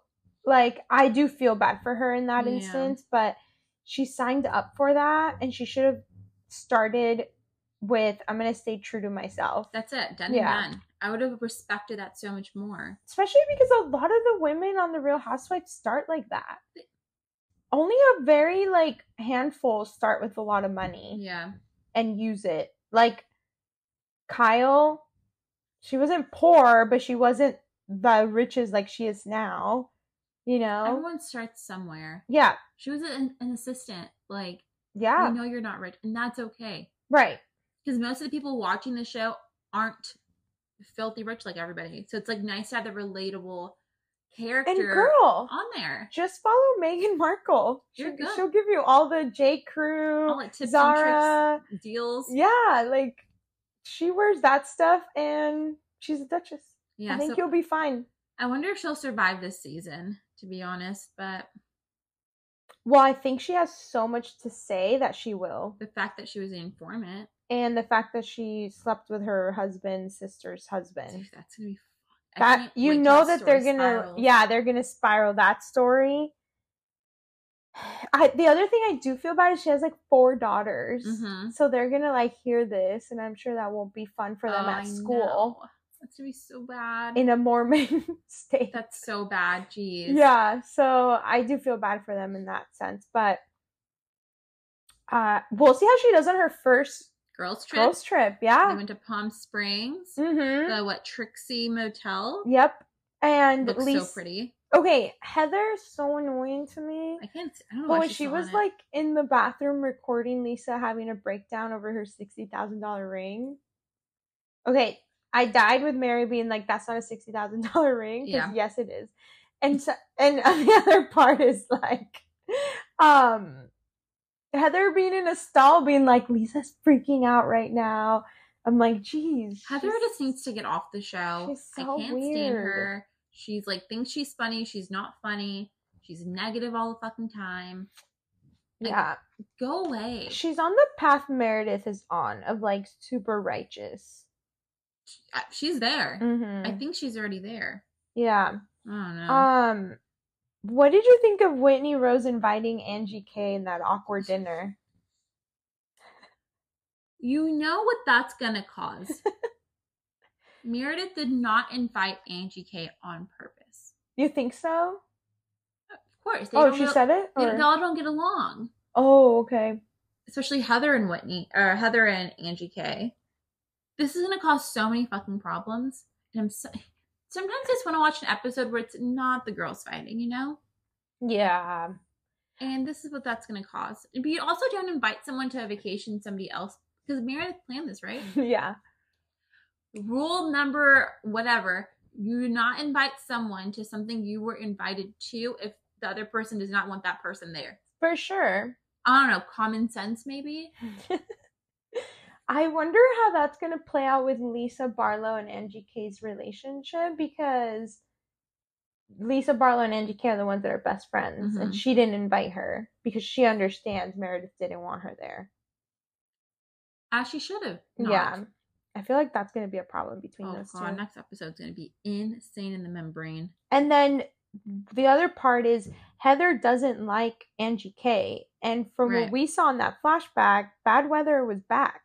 Speaker 2: like, I do feel bad for her in that
Speaker 1: Yeah.
Speaker 2: instance, but she signed up for that and she should have started with, I'm going to stay true to myself.
Speaker 1: That's it. Done
Speaker 2: Yeah.
Speaker 1: and done. I would have respected that so much more.
Speaker 2: Especially because a lot of the women on The Real Housewives start like that. Only a very, like, handful start with a lot of money
Speaker 1: Yeah.
Speaker 2: and use it. Like, Kyle she wasn't poor, but she wasn't the richest like she is now. You know?
Speaker 1: Everyone starts somewhere.
Speaker 2: yeah.
Speaker 1: She was an, an assistant. Like,
Speaker 2: Yeah.
Speaker 1: we know you're not rich, and that's okay.
Speaker 2: Right.
Speaker 1: Because most of the people watching the show aren't filthy rich like everybody. So it's like nice to have the relatable character
Speaker 2: And girl,
Speaker 1: on there.
Speaker 2: just follow Meghan Markle.
Speaker 1: You're
Speaker 2: She,
Speaker 1: good.
Speaker 2: she'll give you all the J. Crew,
Speaker 1: All the tips and
Speaker 2: Zara.
Speaker 1: tricks, deals.
Speaker 2: Yeah, like she wears that stuff and she's a duchess.
Speaker 1: Yeah,
Speaker 2: I think
Speaker 1: so
Speaker 2: you'll be fine.
Speaker 1: I wonder if she'll survive this season, to be honest. But
Speaker 2: Well, I think she has so much to say that she will.
Speaker 1: the fact that she was an informant,
Speaker 2: And the fact that she slept with her husband's sister's husband.
Speaker 1: dude, that's gonna be. fu- I
Speaker 2: That
Speaker 1: can't wait
Speaker 2: you
Speaker 1: till
Speaker 2: know
Speaker 1: the
Speaker 2: that they're
Speaker 1: story
Speaker 2: gonna
Speaker 1: spirals.
Speaker 2: yeah, they're gonna spiral that story. I the other thing I do feel bad is she has like four daughters.
Speaker 1: Mhm.
Speaker 2: So they're gonna like hear this and I'm sure that won't be fun for them
Speaker 1: Oh,
Speaker 2: at
Speaker 1: I
Speaker 2: school
Speaker 1: know. That's gonna be so bad.
Speaker 2: in a Mormon state.
Speaker 1: that's so bad. Jeez.
Speaker 2: Yeah, so I do feel bad for them in that sense, but uh we'll see how she does on her first
Speaker 1: Girls trip.
Speaker 2: girls trip.
Speaker 1: They
Speaker 2: Yeah.
Speaker 1: went to Palm Springs.
Speaker 2: Mm-hmm.
Speaker 1: The what Trixie Motel.
Speaker 2: Yep. And
Speaker 1: Looks
Speaker 2: Lisa.
Speaker 1: so pretty.
Speaker 2: Okay, Heather's so annoying to me.
Speaker 1: I can't. I don't
Speaker 2: But
Speaker 1: know. why
Speaker 2: when
Speaker 1: she's
Speaker 2: she
Speaker 1: still
Speaker 2: was
Speaker 1: on it.
Speaker 2: like in the bathroom recording Lisa having a breakdown over her sixty thousand dollar ring. Okay, I died with Mary being like, "That's not a sixty thousand dollar ring." 'cause
Speaker 1: Yeah.
Speaker 2: yes, it is. And so, and the other part is like, um, Heather being in a stall, being like, "Lisa's freaking out right now." I'm like, "Geez,
Speaker 1: Heather
Speaker 2: she's-
Speaker 1: just needs to get off the show.
Speaker 2: she's
Speaker 1: I
Speaker 2: so
Speaker 1: can't stand
Speaker 2: weird.
Speaker 1: her. She's like thinks she's funny. She's not funny. She's negative all the fucking time. like,
Speaker 2: yeah."
Speaker 1: Go away.
Speaker 2: She's on the path Meredith is on of like super righteous.
Speaker 1: Uh, She's there.
Speaker 2: Mm-hmm.
Speaker 1: I think she's already there.
Speaker 2: yeah.
Speaker 1: I don't know.
Speaker 2: Um, what did you think of Whitney Rose inviting Angie K in that awkward dinner?
Speaker 1: you know what that's gonna cause. Meredith did not invite Angie K on purpose.
Speaker 2: You think so?
Speaker 1: Of course. They
Speaker 2: Oh,
Speaker 1: don't
Speaker 2: she
Speaker 1: know-
Speaker 2: said it.
Speaker 1: they,
Speaker 2: Or-
Speaker 1: they all don't get along.
Speaker 2: Oh, okay.
Speaker 1: especially Heather and Whitney, or Heather and Angie K. This is gonna cause so many fucking problems, and I'm so. Sometimes I just want to watch an episode where it's not the girls fighting, you know.
Speaker 2: Yeah.
Speaker 1: And this is what that's gonna cause. But you also don't invite someone to a vacation, somebody else, because Meredith planned this, right?
Speaker 2: Yeah.
Speaker 1: Rule number whatever: you do not invite someone to something you were invited to if the other person does not want that person there.
Speaker 2: For sure.
Speaker 1: I don't know, common sense maybe.
Speaker 2: I wonder how that's going to play out with Lisa Barlow and Angie K's relationship because Lisa Barlow and Angie K are the ones that are best friends, and
Speaker 1: Mhm.
Speaker 2: she didn't invite her because she understands Meredith didn't want her there.
Speaker 1: As she should have. not.
Speaker 2: Yeah. I feel like that's going to be a problem between
Speaker 1: Oh
Speaker 2: those
Speaker 1: god,
Speaker 2: two.
Speaker 1: next episode's gonna be insane in the membrane.
Speaker 2: And then the other part is Heather doesn't like Angie K. And from
Speaker 1: Right.
Speaker 2: what we saw in that flashback, bad weather was back.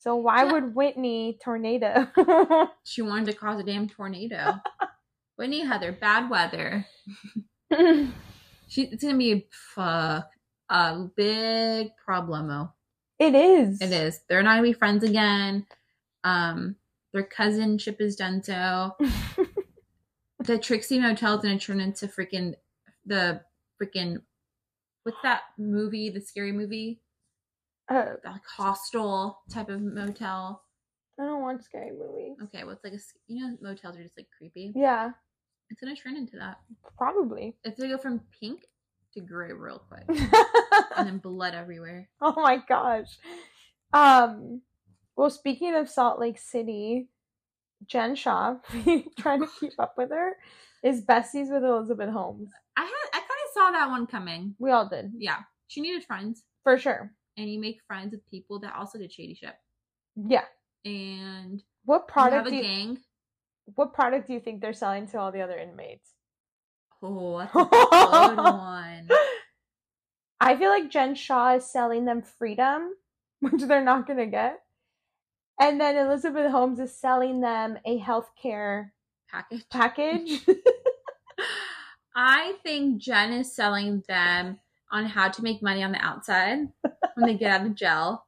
Speaker 2: So why
Speaker 1: Yeah.
Speaker 2: would Whitney tornado?
Speaker 1: She wanted to cause a damn tornado. Whitney Heather, bad weather.
Speaker 2: it
Speaker 1: She it's gonna be fuck a big problemo.
Speaker 2: is.
Speaker 1: It is. They're not gonna be friends again. Um their cousinship is done so. the Trixie Motel's gonna turn into freaking the freaking what's that movie, the scary movie?
Speaker 2: Uh,
Speaker 1: Like hostel type of motel.
Speaker 2: I don't watch scary movies.
Speaker 1: Okay, what's like a s- you know motels are just like creepy.
Speaker 2: Yeah,
Speaker 1: It's gonna turn into that.
Speaker 2: probably.
Speaker 1: It's gonna go from pink to gray real quick,
Speaker 2: oh
Speaker 1: and then blood everywhere.
Speaker 2: my gosh. Um, well, speaking of Salt Lake City, Jen Shaw, trying to keep up with her, is besties with Elizabeth Holmes.
Speaker 1: I had I kind of saw that one coming.
Speaker 2: We all did,
Speaker 1: Yeah, she needed friends,
Speaker 2: for sure.
Speaker 1: and you make friends with people that also did shady shit.
Speaker 2: Yeah.
Speaker 1: And
Speaker 2: What
Speaker 1: you have
Speaker 2: product
Speaker 1: a
Speaker 2: do you,
Speaker 1: gang.
Speaker 2: what product do you think they're selling to all the other inmates?
Speaker 1: Oh, that's a good one.
Speaker 2: I feel like Jen Shaw is selling them freedom, which they're not going to get. And then Elizabeth Holmes is selling them a healthcare
Speaker 1: Package.
Speaker 2: package.
Speaker 1: I think Jen is selling them on how to make money on the outside when they get out of jail.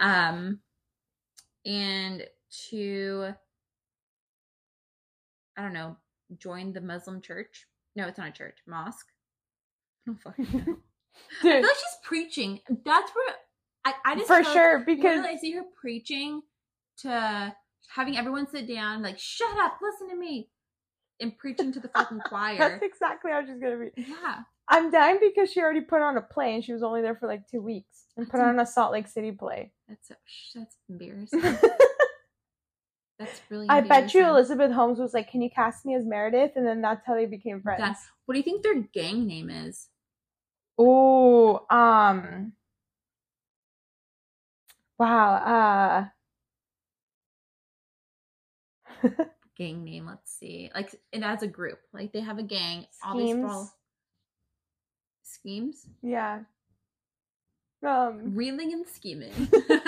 Speaker 1: Um, and to I don't know, joined the Muslim church. No, it's not a church, mosque. I don't fucking know. I feel
Speaker 2: Dude,
Speaker 1: like she's preaching. That's where I, I just
Speaker 2: for
Speaker 1: feel-
Speaker 2: sure
Speaker 1: Because
Speaker 2: because
Speaker 1: I see her preaching to having everyone sit down, like, shut up, listen to me, and preaching to the fucking choir.
Speaker 2: that's exactly how she's gonna be.
Speaker 1: Yeah.
Speaker 2: I'm dying because she already put on a play and she was only there for like two weeks and put
Speaker 1: That's
Speaker 2: on a Salt Lake City play.
Speaker 1: That's so, sh- that's embarrassing. That's really
Speaker 2: I bet you
Speaker 1: embarrassing.
Speaker 2: Elizabeth Holmes was like, "Can you cast me as Meredith?" And then that's how they became friends.
Speaker 1: That's- What do you think their gang name is?
Speaker 2: Ooh, um, wow, uh,
Speaker 1: Gang name, let's see. Like and as a group. Like they have a gang. All these
Speaker 2: Schemes.
Speaker 1: fall schemes?
Speaker 2: yeah, um,
Speaker 1: Reeling and scheming.
Speaker 2: really,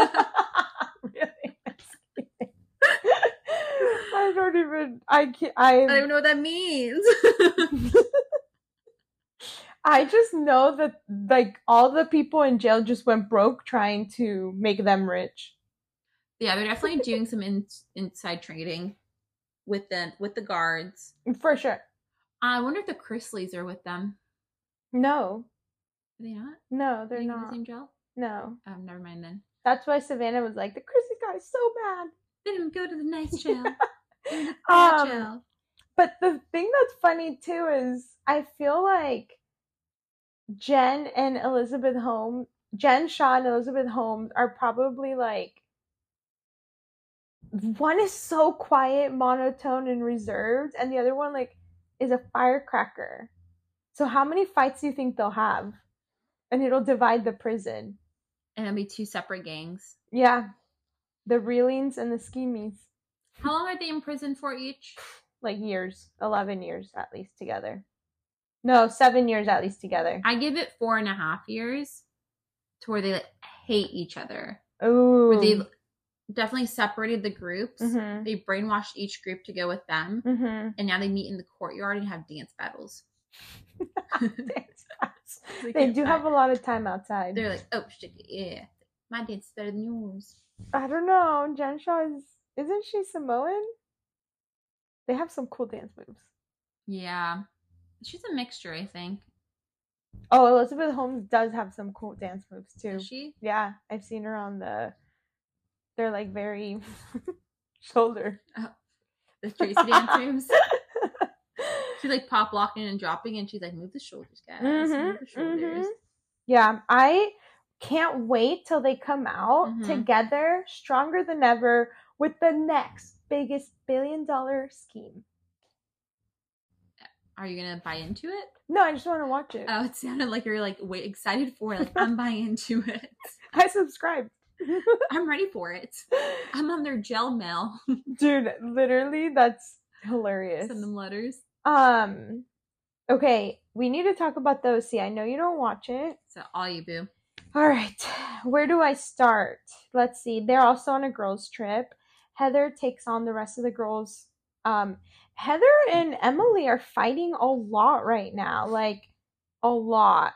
Speaker 2: I don't even, I can't, I,
Speaker 1: I don't even know what that means.
Speaker 2: I just know that like all the people in jail just went broke trying to make them rich.
Speaker 1: yeah, they're definitely doing some in, inside trading with the with the guards. Uh,
Speaker 2: For sure.
Speaker 1: I wonder if the Chrisleys are with them.
Speaker 2: No.
Speaker 1: Are they not?
Speaker 2: No,
Speaker 1: Are
Speaker 2: they're
Speaker 1: they in
Speaker 2: not.
Speaker 1: The same jail?
Speaker 2: No.
Speaker 1: Oh, never mind then.
Speaker 2: That's why Savannah was like, the Chrissy guy is so bad.
Speaker 1: They didn't go to the nice jail. They're in the bad
Speaker 2: Um,
Speaker 1: jail.
Speaker 2: But the thing that's funny too is I feel like Jen and Elizabeth Holmes, Jen Shaw and Elizabeth Holmes are probably like one is so quiet, monotone, and reserved, and the other one like is a firecracker. So how many fights do you think they'll have? And it'll divide the prison.
Speaker 1: And it'll be two separate gangs.
Speaker 2: Yeah. The reelings and the schemies.
Speaker 1: How long are they in prison for each?
Speaker 2: Like years. Eleven years at least together. No, seven years at least together.
Speaker 1: I give it four and a half years to where they like, hate each other.
Speaker 2: Oh.
Speaker 1: Where they definitely separated the groups.
Speaker 2: hmm
Speaker 1: They brainwashed each group to go with them.
Speaker 2: hmm
Speaker 1: And now they meet in the courtyard and have dance battles.
Speaker 2: they do have a lot of time outside.
Speaker 1: They're like, oh, shit, yeah. My dance is better than yours.
Speaker 2: I don't know. Jen Shaw is isn't she Samoan? They have some cool dance moves.
Speaker 1: Yeah. She's a mixture, I think.
Speaker 2: Oh, Elizabeth Holmes does have some cool dance moves too.
Speaker 1: Is she?
Speaker 2: Yeah, I've seen her on the. They're like very shoulder.
Speaker 1: The Tracy dance moves. She's like pop locking and dropping, and she's like, move the shoulders, guys. move
Speaker 2: Mhm,
Speaker 1: the shoulders.
Speaker 2: mhm. Yeah, I can't wait till they come out
Speaker 1: Mhm.
Speaker 2: together, stronger than ever, with the next biggest billion dollar scheme.
Speaker 1: Are you gonna buy into it?
Speaker 2: No, I just want to watch it.
Speaker 1: Oh, it sounded like you're like wait excited for it. Like I'm buying into it.
Speaker 2: I subscribed.
Speaker 1: I'm ready for it. I'm on their gel mail.
Speaker 2: Dude, literally, that's hilarious.
Speaker 1: Send them letters.
Speaker 2: Um, okay, we need to talk about the OC. I know you don't watch it.
Speaker 1: So all you boo.
Speaker 2: All right, where do I start? Let's see. They're also on a girls' trip. Heather takes on the rest of the girls. Um, Heather and Emily are fighting a lot right now, like a lot.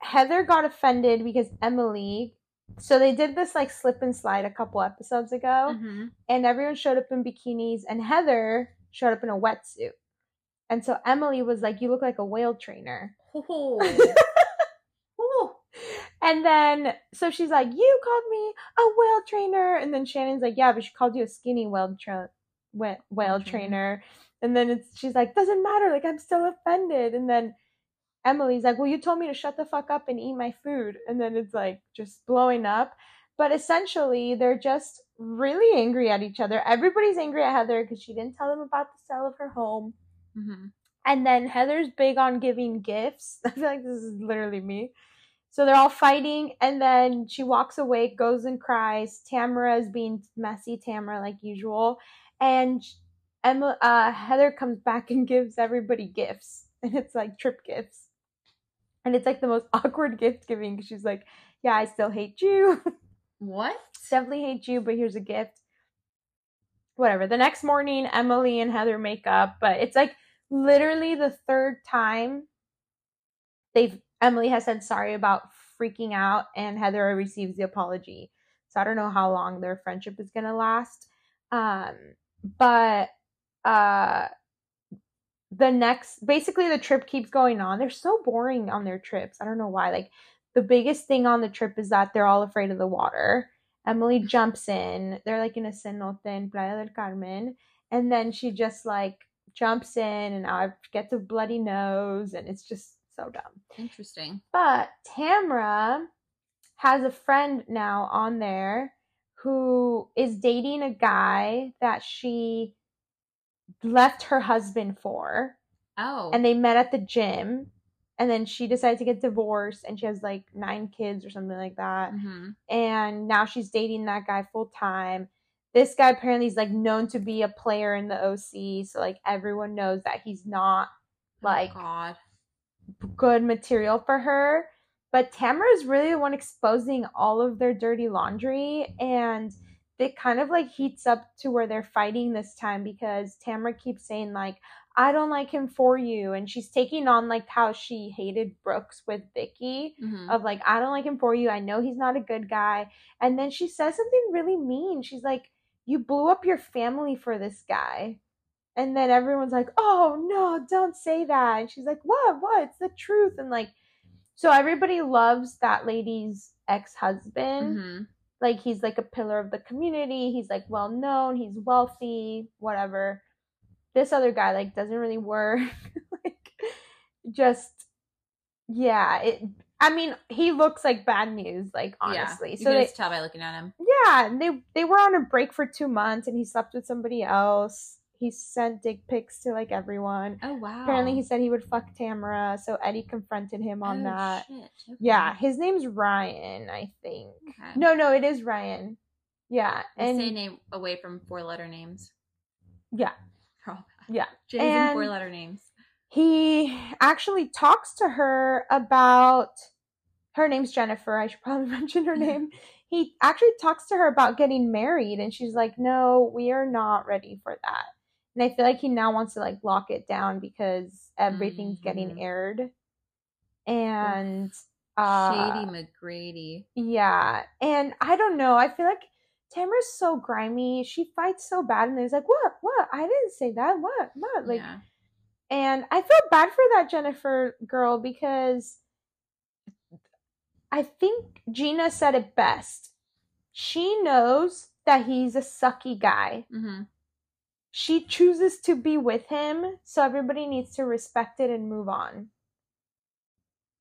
Speaker 2: Heather got offended because Emily. So they did this like slip and slide a couple episodes ago
Speaker 1: Mhm.
Speaker 2: and everyone showed up in bikinis and heather showed up in a wetsuit and so emily was like you look like a whale trainer
Speaker 1: Oh. Oh.
Speaker 2: and then so she's like you called me a whale trainer and then shannon's like yeah but she called you a skinny whale tra- wh- whale
Speaker 1: Whale trainer.
Speaker 2: trainer and then it's, she's like doesn't matter like i'm still offended and then emily's like well you told me to shut the fuck up and eat my food and then it's like just blowing up but essentially they're just really angry at each other everybody's angry at heather because she didn't tell them about the sale of her home
Speaker 1: Mhm.
Speaker 2: and then Heather's big on giving gifts. I feel like this is literally me. So they're all fighting, and then she walks away, goes and cries. Tamara is being messy, Tamara, like usual. And Emma, uh, Heather comes back and gives everybody gifts, and it's like trip gifts. And it's like the most awkward gift giving 'cause she's like, Yeah, I still hate you.
Speaker 1: What?
Speaker 2: Definitely hate you, but here's a gift. Whatever. The next morning, Emily and Heather make up, but it's like literally the third time they've Emily has said sorry about freaking out, and Heather receives the apology. So I don't know how long their friendship is gonna last. Um, but uh, the next basically the trip keeps going on. They're so boring on their trips. I don't know why. Like the biggest thing on the trip is that they're all afraid of the water. Emily jumps in. They're like in a cenote in Playa del Carmen, and then she just like jumps in, and I gets a bloody nose, and it's just so dumb.
Speaker 1: Interesting.
Speaker 2: But Tamra has a friend now on there who is dating a guy that she left her husband for
Speaker 1: Oh.
Speaker 2: and they met at the gym and then she decided to get divorced and she has like nine kids or something like that
Speaker 1: Mhm.
Speaker 2: and now she's dating that guy full time this guy apparently is like known to be a player in the OC so like everyone knows that he's not like
Speaker 1: oh, God.
Speaker 2: good material for her. But Tamara is really the one exposing all of their dirty laundry. And it kind of like heats up to where they're fighting this time because Tamara keeps saying, like, I don't like him for you. And she's taking on like how she hated Brooks with Vicky
Speaker 1: Mhm.
Speaker 2: of like, I don't like him for you. I know he's not a good guy. And then she says something really mean. She's like, You blew up your family for this guy. And then everyone's like, Oh no, don't say that. And she's like, What? What? It's the truth. And like, so everybody loves that lady's ex husband.
Speaker 1: Mhm.
Speaker 2: Like, he's like a pillar of the community. He's like well known. He's wealthy, whatever. This other guy, like, doesn't really work. like, just, yeah. It, I mean, he looks like bad news, like, honestly.
Speaker 1: Mm-hmm. Yeah. You
Speaker 2: so,
Speaker 1: can
Speaker 2: they,
Speaker 1: just tell by looking at him.
Speaker 2: yeah, and they they were on a break for two months, and he slept with somebody else. He sent dick pics to like everyone.
Speaker 1: Oh wow.
Speaker 2: Apparently, he said he would fuck Tamara, so Eddie confronted him on
Speaker 1: Oh,
Speaker 2: that.
Speaker 1: shit. Okay.
Speaker 2: Yeah, his name's Ryan, I think.
Speaker 1: Mm-hmm. Okay.
Speaker 2: No, no, it is Ryan. Yeah,
Speaker 1: They
Speaker 2: and
Speaker 1: stay name away from four letter names.
Speaker 2: Yeah.
Speaker 1: They're all bad.
Speaker 2: Yeah.
Speaker 1: Jays and,
Speaker 2: And-
Speaker 1: four letter names.
Speaker 2: he actually talks to her about her name's Jennifer. I should probably mention
Speaker 1: Mm-hmm.
Speaker 2: her name. He actually talks to her about getting married, and she's like, "No, we are not ready for that." And I feel like he now wants to like lock it down because everything's getting
Speaker 1: Mhm.
Speaker 2: aired, and uh,
Speaker 1: Shady McGrady.
Speaker 2: yeah, and I don't know. I feel like Tamara's so grimy. She fights so bad, and there's like, "What? What? I didn't say that. What? What?" Like,
Speaker 1: yeah.
Speaker 2: and I felt bad for that Jennifer girl because I think Gina said it best. She knows that he's a sucky guy.
Speaker 1: hmm
Speaker 2: She chooses to be with him, so everybody needs to respect it and move on.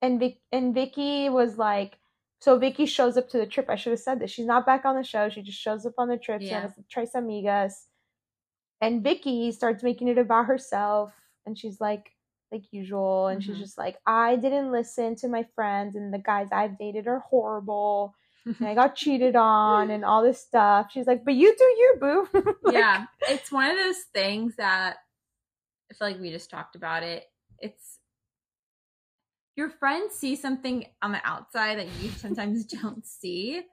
Speaker 2: And Vic- and Vicky was like, so Vicky shows up to the trip. I should have said this. She's not back on the show. She just shows up on the trip. She
Speaker 1: Yeah.
Speaker 2: has Tres Amigas. And Vicky starts making it about herself. And she's like, like usual. And she's
Speaker 1: Mhm.
Speaker 2: just like, I didn't listen to my friends, and the guys I've dated are horrible. And I got cheated on, and all this stuff. She's like, but you do you, boo. Like,
Speaker 1: yeah. It's one of those things that I feel like we just talked about it. It's your friends see something on the outside that you sometimes don't see.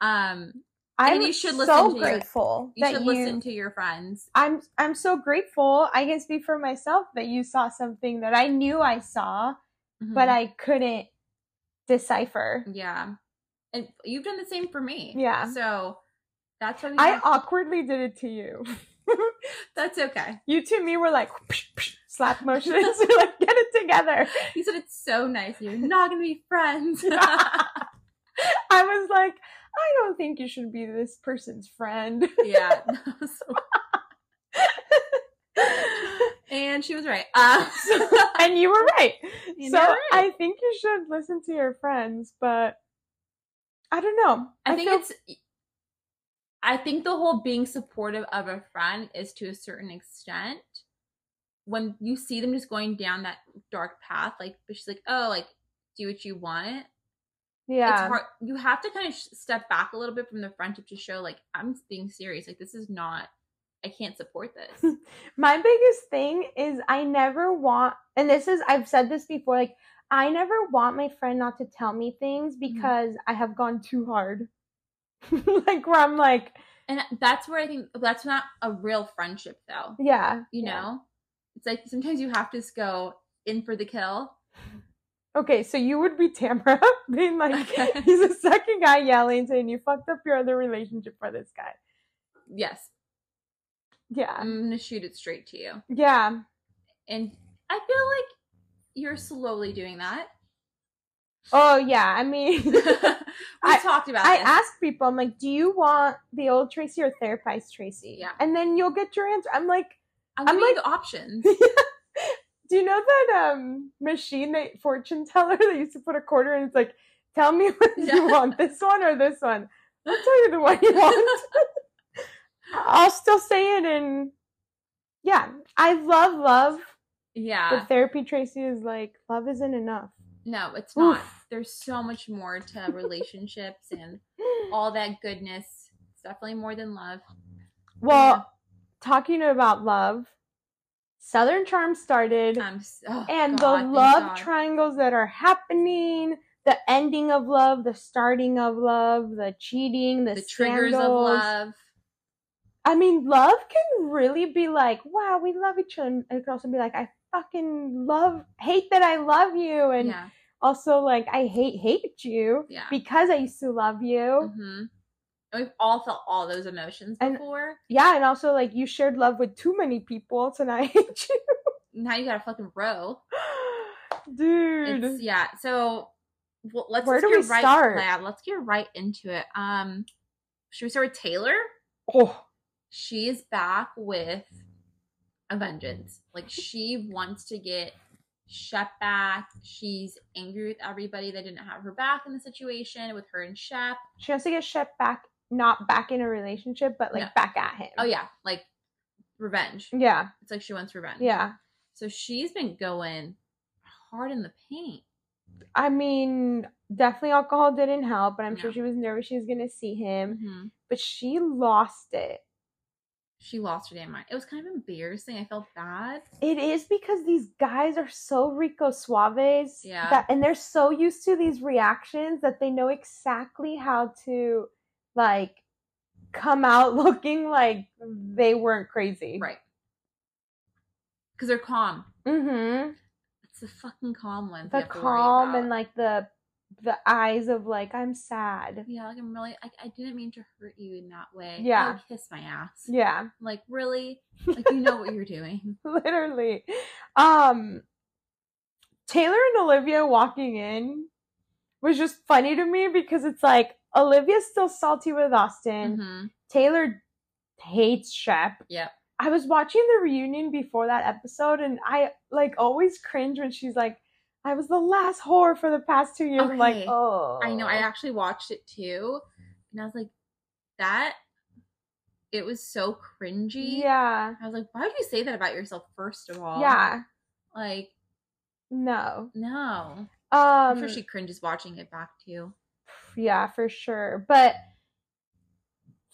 Speaker 1: Um,
Speaker 2: I'm
Speaker 1: you should listen
Speaker 2: so
Speaker 1: to your-
Speaker 2: grateful
Speaker 1: you
Speaker 2: that
Speaker 1: should
Speaker 2: you.
Speaker 1: listen to your friends.
Speaker 2: I'm I'm so grateful. I can speak for myself that you saw something that I knew I saw, but
Speaker 1: Mhm.
Speaker 2: I couldn't decipher.
Speaker 1: yeah, and you've done the same for me.
Speaker 2: Yeah.
Speaker 1: So that's what we
Speaker 2: I
Speaker 1: have-
Speaker 2: awkwardly did it to you.
Speaker 1: that's okay.
Speaker 2: You two and me were like slap motions. We're like get it together.
Speaker 1: You said it's so nice. You're not gonna be friends.
Speaker 2: I was like, I don't think you should be this person's friend.
Speaker 1: yeah. So- and she was right. Uh,
Speaker 2: and you were right.
Speaker 1: You
Speaker 2: so
Speaker 1: know,
Speaker 2: I think you should listen to your friends, but I don't know.
Speaker 1: I think
Speaker 2: feel-
Speaker 1: it's. I think the whole being supportive of a friend is to a certain extent. When you see them just going down that dark path, like but she's like, "Oh, like do what you want."
Speaker 2: yeah.
Speaker 1: It's hard. You have to kind of sh- step back a little bit from the friendship to show, like, I'm being serious. Like this is not. I can't support this.
Speaker 2: My biggest thing is I never want, and this is, I've said this before, like, I never want my friend not to tell me things
Speaker 1: Mm-hmm.
Speaker 2: because I have gone too hard. like, where I'm like,
Speaker 1: and that's where I think that's not a real friendship, though.
Speaker 2: yeah.
Speaker 1: You
Speaker 2: yeah.
Speaker 1: know, it's like sometimes you have to just go in for the kill.
Speaker 2: Okay, so you would be Tamara being like,
Speaker 1: Okay.
Speaker 2: he's a second guy yelling, saying, you fucked up your other relationship for this guy.
Speaker 1: Yes,
Speaker 2: Yeah.
Speaker 1: Mm. I'm gonna shoot it straight to you.
Speaker 2: Yeah.
Speaker 1: And I feel like you're slowly doing that.
Speaker 2: Oh yeah, I mean,
Speaker 1: we talked about
Speaker 2: I
Speaker 1: this.
Speaker 2: ask people, I'm like, do you want the old Tracy or therapized Tracy?
Speaker 1: Yeah.
Speaker 2: And then you'll get your answer. I'm like,
Speaker 1: I'm
Speaker 2: I'm
Speaker 1: giving you
Speaker 2: like-
Speaker 1: the options.
Speaker 2: do you know that um machine that fortune teller that used to put a quarter in? It's like, tell me what
Speaker 1: Yeah.
Speaker 2: you want, this one or this one. I'll tell you the one you want. I'll still say it and yeah. I love love.
Speaker 1: yeah.
Speaker 2: But therapy Tracy is like, love isn't enough.
Speaker 1: No, it's
Speaker 2: Oof.
Speaker 1: not. There's so much more to relationships and all that goodness. It's definitely more than love.
Speaker 2: Well, talking about love, Southern Charm started.
Speaker 1: I'm s- oh,
Speaker 2: and
Speaker 1: God,
Speaker 2: the
Speaker 1: thank
Speaker 2: love
Speaker 1: God.
Speaker 2: triangles that are happening the ending of love the starting of love the cheating the,
Speaker 1: the triggers of
Speaker 2: scandals.
Speaker 1: love.
Speaker 2: i mean love can really be like wow we love each other and it can also be like i fucking love hate that i love you and
Speaker 1: yeah,
Speaker 2: also like i hate hate you
Speaker 1: yeah.
Speaker 2: because i used to love you
Speaker 1: hmm And we've all felt all those emotions
Speaker 2: And-
Speaker 1: before.
Speaker 2: yeah and also like you shared love with too many people so now i hate you
Speaker 1: Now you got a fucking row.
Speaker 2: dude
Speaker 1: It's, yeah. So well, let's
Speaker 2: Where
Speaker 1: let's
Speaker 2: do
Speaker 1: get
Speaker 2: we
Speaker 1: right.
Speaker 2: start?
Speaker 1: Yeah, let's get right into it. Um, should we start with Taylor?
Speaker 2: oh
Speaker 1: She is back with a vengeance. Like she wants to get Shep back. She's angry with everybody that didn't have her back in the situation with her and Shep.
Speaker 2: she wants to get shit back not back in a relationship but like
Speaker 1: No.
Speaker 2: back at him
Speaker 1: Oh yeah, like revenge.
Speaker 2: Yeah,
Speaker 1: It's like she wants revenge.
Speaker 2: yeah.
Speaker 1: So she's been going hard in the paint.
Speaker 2: I mean, definitely alcohol didn't help, but I'm sure
Speaker 1: No.
Speaker 2: she was nervous she was gonna see him.
Speaker 1: Mm-hmm.
Speaker 2: But she lost it.
Speaker 1: She lost her damn mind. It was kind of embarrassing. I felt bad.
Speaker 2: It is because these guys are so Rico Suaves,
Speaker 1: Yeah.
Speaker 2: that, and they're so used to these reactions that they know exactly how to, like, come out looking like they weren't crazy.
Speaker 1: Right. Because they're calm.
Speaker 2: Mm-hmm.
Speaker 1: It's the fucking calm ones. you
Speaker 2: The
Speaker 1: have to worry
Speaker 2: calm
Speaker 1: about.
Speaker 2: and like the the eyes of like I'm sad.
Speaker 1: yeah, like I'm really, I, I didn't mean to hurt you in that way.
Speaker 2: Yeah.
Speaker 1: Oh, kiss my ass.
Speaker 2: Yeah,
Speaker 1: I'm Like really, like you know what you're doing.
Speaker 2: literally. Um, Taylor and Olivia walking in was just funny to me because it's like Olivia's still salty with Austin.
Speaker 1: hmm
Speaker 2: Taylor hates Shep.
Speaker 1: Yep.
Speaker 2: I was watching the reunion before that episode and I like always cringe when she's like, I was the last whore for the past two years. I'm like,
Speaker 1: Okay.
Speaker 2: oh.
Speaker 1: I know. I actually watched it too, and I was like, that. It was so cringy.
Speaker 2: Yeah.
Speaker 1: I was like, why would you say that about yourself? First of all,
Speaker 2: Yeah.
Speaker 1: Like
Speaker 2: No.
Speaker 1: no.
Speaker 2: Um,
Speaker 1: I'm sure she cringes watching it back too.
Speaker 2: Yeah, for sure. But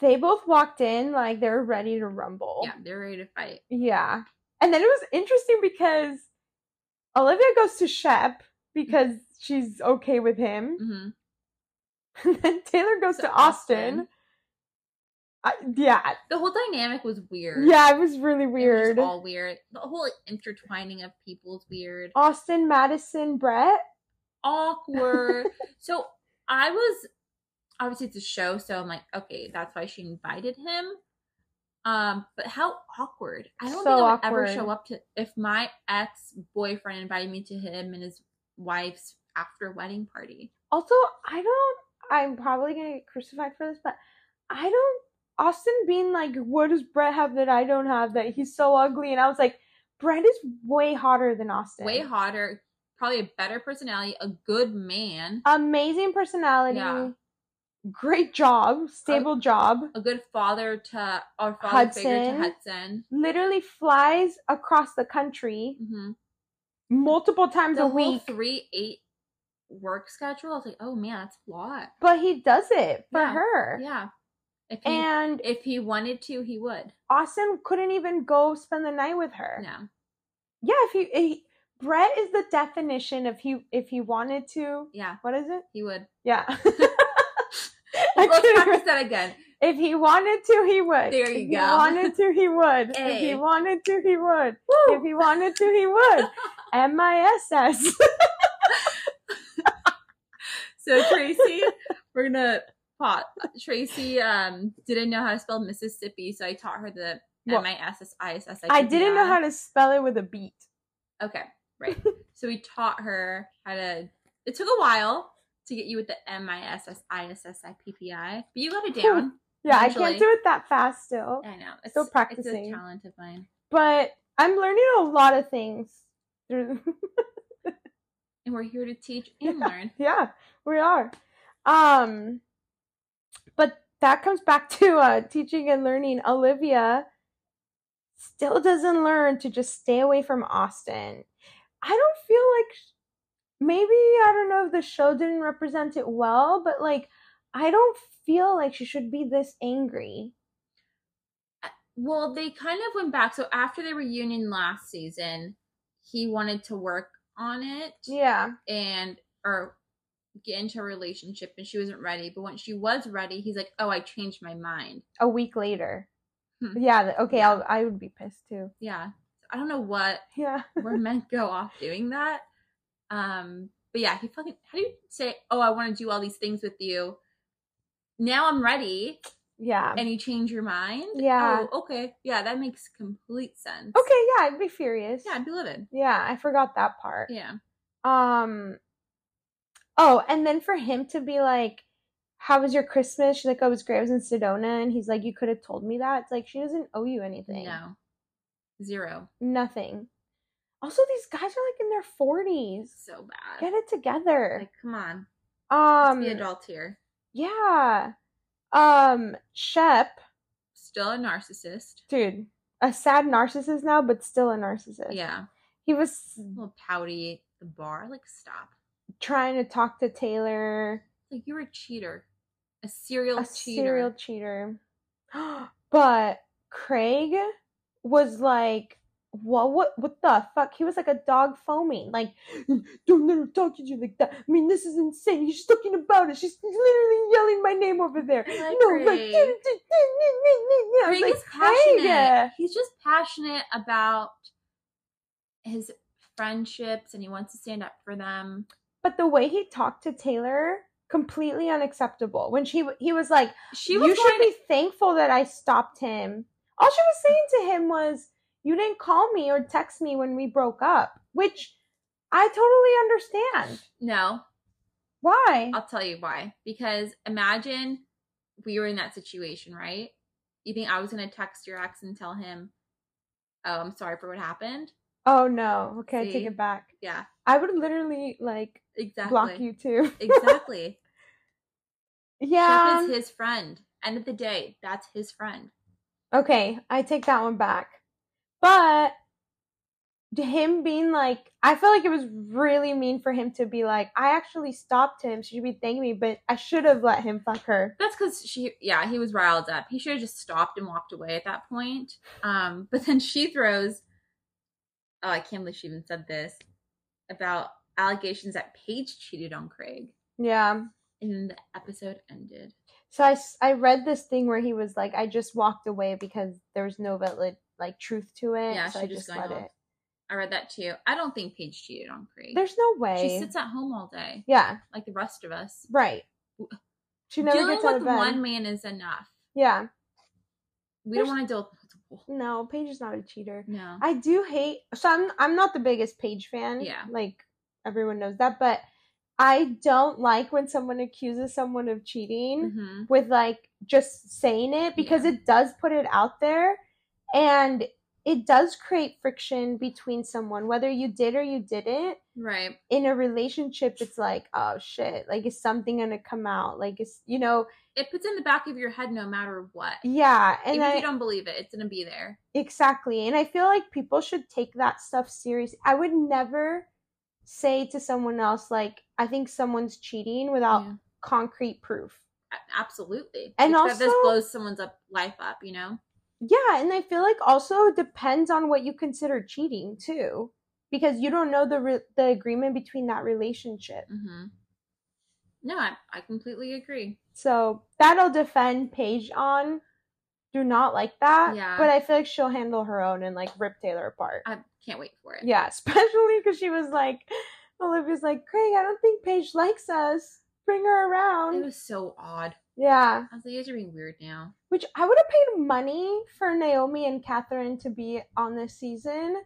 Speaker 2: they both walked in like they were ready to rumble.
Speaker 1: Yeah, they're ready to fight.
Speaker 2: Yeah. And then it was interesting because Olivia goes to Shep because
Speaker 1: Mm-hmm.
Speaker 2: she's okay with him.
Speaker 1: hmm Mm-hmm.
Speaker 2: And then Taylor goes
Speaker 1: To
Speaker 2: to Austin.
Speaker 1: Austin.
Speaker 2: I, yeah.
Speaker 1: The whole dynamic was weird.
Speaker 2: Yeah, it was really
Speaker 1: It was just
Speaker 2: weird.
Speaker 1: all weird. The whole intertwining of people's weird.
Speaker 2: Austin, Madison, Brett.
Speaker 1: Awkward. so I was obviously it's a show, so I'm like, okay, that's why she invited him. Um, but how awkward. I don't
Speaker 2: So
Speaker 1: think I would ever
Speaker 2: awkward.
Speaker 1: show up to if my ex boyfriend invited me to him and his wife's after wedding party.
Speaker 2: Also, I don't. I'm probably gonna get crucified for this, but I don't. Austin being like, "What does Brett have that I don't have? That he's so ugly," and I was like, "Brett is way hotter than Austin.
Speaker 1: Way hotter, probably a better personality, a good man.
Speaker 2: Amazing personality.
Speaker 1: Yeah.
Speaker 2: Great job. Stable job.
Speaker 1: a good father to or father figure to Hudson.
Speaker 2: Literally flies across the country
Speaker 1: Mm-hmm.
Speaker 2: multiple times
Speaker 1: The
Speaker 2: a
Speaker 1: whole
Speaker 2: week,
Speaker 1: three eight work schedule. I was like, oh man, that's a lot.
Speaker 2: but he does it for
Speaker 1: Yeah.
Speaker 2: her.
Speaker 1: Yeah. If he
Speaker 2: And
Speaker 1: if he wanted to, he would.
Speaker 2: Austin couldn't even go spend the night with her.
Speaker 1: No.
Speaker 2: Yeah, if he, he Brett is the definition of he if he wanted to.
Speaker 1: Yeah,
Speaker 2: What is it?
Speaker 1: he would.
Speaker 2: Yeah. I
Speaker 1: Let's
Speaker 2: couldn't
Speaker 1: practice
Speaker 2: remember.
Speaker 1: that again.
Speaker 2: if he wanted to, he would.
Speaker 1: There
Speaker 2: if
Speaker 1: you
Speaker 2: he
Speaker 1: go.
Speaker 2: wanted to, he would. If
Speaker 1: Hey.
Speaker 2: he wanted to, he would.
Speaker 1: Woo!
Speaker 2: If he wanted to, he would. M I S S.
Speaker 1: So Tracy, we're gonna pot. Tracy um didn't know how to spell Mississippi, so I taught her the
Speaker 2: Well,
Speaker 1: M I S S I S S.
Speaker 2: I didn't know how to spell it with a beat.
Speaker 1: Okay, right. so we taught her how to. It took a while to get you with the M I S S I S S I P P I, but you got it down.
Speaker 2: Yeah, I
Speaker 1: Eventually.
Speaker 2: can't do it that fast still.
Speaker 1: I know. It's,
Speaker 2: Still
Speaker 1: It's a
Speaker 2: practicing.
Speaker 1: talent of mine.
Speaker 2: But I'm learning a lot of things through
Speaker 1: And we're here to teach and
Speaker 2: Yeah.
Speaker 1: learn.
Speaker 2: Yeah, we are. Um but that comes back to uh teaching and learning. Olivia still doesn't learn to just stay away from Austin. I don't feel like sh- maybe I don't know if the show didn't represent it well, but like I don't feel like she should be this angry.
Speaker 1: Well, they kind of went back. So after the reunion last season, he wanted to work on it
Speaker 2: Yeah.
Speaker 1: and or get into a relationship and she wasn't ready. But when she was ready, he's like, Oh, I changed my mind.
Speaker 2: A week later.
Speaker 1: Hmm.
Speaker 2: Yeah, th- okay,
Speaker 1: Yeah.
Speaker 2: I'll, I would be pissed too.
Speaker 1: Yeah. I don't know what
Speaker 2: Yeah.
Speaker 1: we're meant to go off doing that. Um, but yeah, he fucking how do you say, Oh, I want to do all these things with you. Now I'm ready.
Speaker 2: Yeah.
Speaker 1: And you change your mind?
Speaker 2: Yeah.
Speaker 1: Oh, okay. Yeah, that makes complete sense.
Speaker 2: Okay, yeah, I'd be furious.
Speaker 1: Yeah, I'd be livid.
Speaker 2: Yeah, I forgot that part.
Speaker 1: Yeah.
Speaker 2: Um Oh, and then for him to be like, How was your Christmas? She's like, Oh, it was great, I was in Sedona and he's like, You could have told me that. It's like she doesn't owe you anything.
Speaker 1: No. Zero.
Speaker 2: Nothing. Also, these guys are like in their forties.
Speaker 1: So bad.
Speaker 2: Get it together.
Speaker 1: Like, come on. Let's be
Speaker 2: um
Speaker 1: adults here.
Speaker 2: Yeah. Um Shep,
Speaker 1: Still a narcissist.
Speaker 2: dude, a sad narcissist now, but still a narcissist.
Speaker 1: Yeah.
Speaker 2: He was
Speaker 1: A little pouty at the bar. Like, stop.
Speaker 2: trying to talk to Taylor,
Speaker 1: Like, you're a cheater. A serial
Speaker 2: a
Speaker 1: cheater.
Speaker 2: serial cheater. but Craig was like, what, what, what the fuck? He was like a dog foaming, like, don't let her talk to you like that. I mean, this is insane. She's talking about it. She's literally yelling my name over there.
Speaker 1: I like
Speaker 2: no, like, I was
Speaker 1: Craig. Craig
Speaker 2: like,
Speaker 1: is passionate.
Speaker 2: Craig.
Speaker 1: He's just passionate about his friendships and he wants to stand up for them.
Speaker 2: But the way he talked to Taylor, completely unacceptable. When she, he was like,
Speaker 1: She was
Speaker 2: you should
Speaker 1: going
Speaker 2: be thankful that I stopped him. All she was saying to him was, You didn't call me or text me when we broke up, which I totally understand.
Speaker 1: No,
Speaker 2: Why?
Speaker 1: I'll tell you why. Because imagine we were in that situation, right? You think I was gonna text your ex and tell him, "Oh, I'm sorry for what happened."
Speaker 2: Oh no. Okay, I
Speaker 1: See?
Speaker 2: take it back.
Speaker 1: Yeah,
Speaker 2: I would literally like
Speaker 1: exactly.
Speaker 2: block you too.
Speaker 1: exactly. Jeff
Speaker 2: Yeah.
Speaker 1: is his friend. End of the day, that's his friend.
Speaker 2: Okay, I take that one back. But him being like, I feel like it was really mean for him to be like, I actually stopped him. She should be thanking me, but I should have let him fuck her.
Speaker 1: That's because she, yeah, he was riled up. He should have just stopped and walked away at that point. Um, but then she throws, oh, I can't believe she even said this about allegations that Paige cheated on Craig,
Speaker 2: Yeah.
Speaker 1: and then the episode ended.
Speaker 2: So I, s- I read this thing where he was like, I just walked away because there was no valid like truth to it.
Speaker 1: Yeah,
Speaker 2: so
Speaker 1: she
Speaker 2: I
Speaker 1: just
Speaker 2: just
Speaker 1: going
Speaker 2: let
Speaker 1: off.
Speaker 2: it.
Speaker 1: I read that too. I don't think Paige cheated on Craig.
Speaker 2: There's no way.
Speaker 1: she sits at home all day,
Speaker 2: yeah,
Speaker 1: like the rest of us.
Speaker 2: right. She never
Speaker 1: Dealing
Speaker 2: gets out
Speaker 1: with
Speaker 2: of bed.
Speaker 1: one man is enough.
Speaker 2: Yeah,
Speaker 1: We don't
Speaker 2: There's-
Speaker 1: want to deal with multiple.
Speaker 2: no, Paige is not a cheater.
Speaker 1: No.
Speaker 2: I do hate. So I'm I'm not the biggest Paige fan.
Speaker 1: Yeah.
Speaker 2: like everyone knows that, but I don't like when someone accuses someone of cheating.
Speaker 1: hmm
Speaker 2: with like just saying it because it does put it out there and it does create friction between someone whether you did or you didn't
Speaker 1: Right.
Speaker 2: in a relationship it's like oh shit like is something gonna come out like it's you know
Speaker 1: It puts in the back of your head no matter what.
Speaker 2: yeah and
Speaker 1: Even if you
Speaker 2: I,
Speaker 1: don't believe it, it's gonna be there.
Speaker 2: exactly and i feel like people should take that stuff serious i would never say to someone else like i think someone's cheating without
Speaker 1: Yeah.
Speaker 2: concrete proof
Speaker 1: A- Absolutely.
Speaker 2: And
Speaker 1: Because that this
Speaker 2: also-
Speaker 1: blows someone's up life up, you know?
Speaker 2: Yeah, and I feel like also it depends on what you consider cheating too, because you don't know the re- the agreement between that relationship.
Speaker 1: hmm No, I, I completely agree.
Speaker 2: So that'll defend Paige on. Do not like that.
Speaker 1: Yeah.
Speaker 2: But I feel like she'll handle her own and like rip Taylor apart.
Speaker 1: I can't wait for it.
Speaker 2: yeah, especially because she was like, Olivia's like, Craig, I don't think Paige likes us. Bring her around.
Speaker 1: It was so odd.
Speaker 2: yeah.
Speaker 1: I was like, you guys are being weird now.
Speaker 2: Which I would have paid money for Naomi and Catherine to be on this season,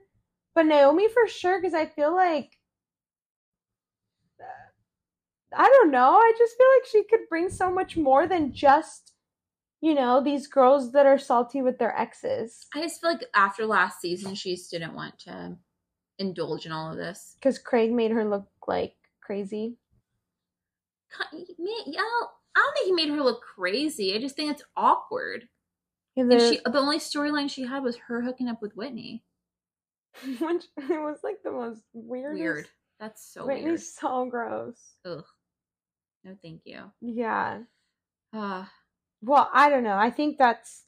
Speaker 2: But Naomi for sure, because I feel like uh, I don't know. I just feel like she could bring so much more than just, you know, these girls that are salty with their exes.
Speaker 1: I just feel like after last season, she just didn't want to indulge in all of this.
Speaker 2: Because Craig made her look like crazy.
Speaker 1: Ki- me- yeah, I don't think he made her look crazy. I just think it's awkward.
Speaker 2: And
Speaker 1: And
Speaker 2: there-
Speaker 1: she, the only storyline she had was her hooking up with Whitney.
Speaker 2: which it was like the most weirdest.
Speaker 1: Weird. That's so
Speaker 2: Whitney's
Speaker 1: weird.
Speaker 2: so gross.
Speaker 1: No, thank you.
Speaker 2: Yeah.
Speaker 1: Uh,
Speaker 2: Well, I don't know. I think that's.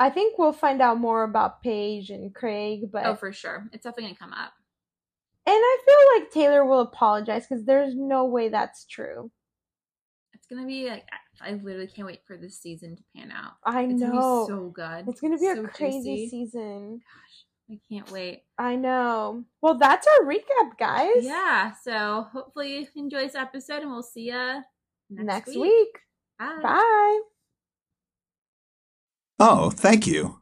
Speaker 2: I think we'll find out more about Paige and Craig, but
Speaker 1: oh, for sure. It's definitely going to come up.
Speaker 2: and I feel like Taylor will apologize because there's no way that's true.
Speaker 1: It's going to be like, I I literally can't wait for this season to pan out.
Speaker 2: I
Speaker 1: It's going
Speaker 2: know
Speaker 1: to be so good.
Speaker 2: it's gonna be
Speaker 1: so
Speaker 2: a crazy
Speaker 1: juicy.
Speaker 2: season.
Speaker 1: I can't wait.
Speaker 2: I know. Well, that's our recap, guys.
Speaker 1: Yeah. So hopefully you enjoy this episode and we'll see ya
Speaker 2: Next,
Speaker 1: next, week.
Speaker 2: week.
Speaker 1: Bye.
Speaker 2: Bye.
Speaker 3: Oh, thank you.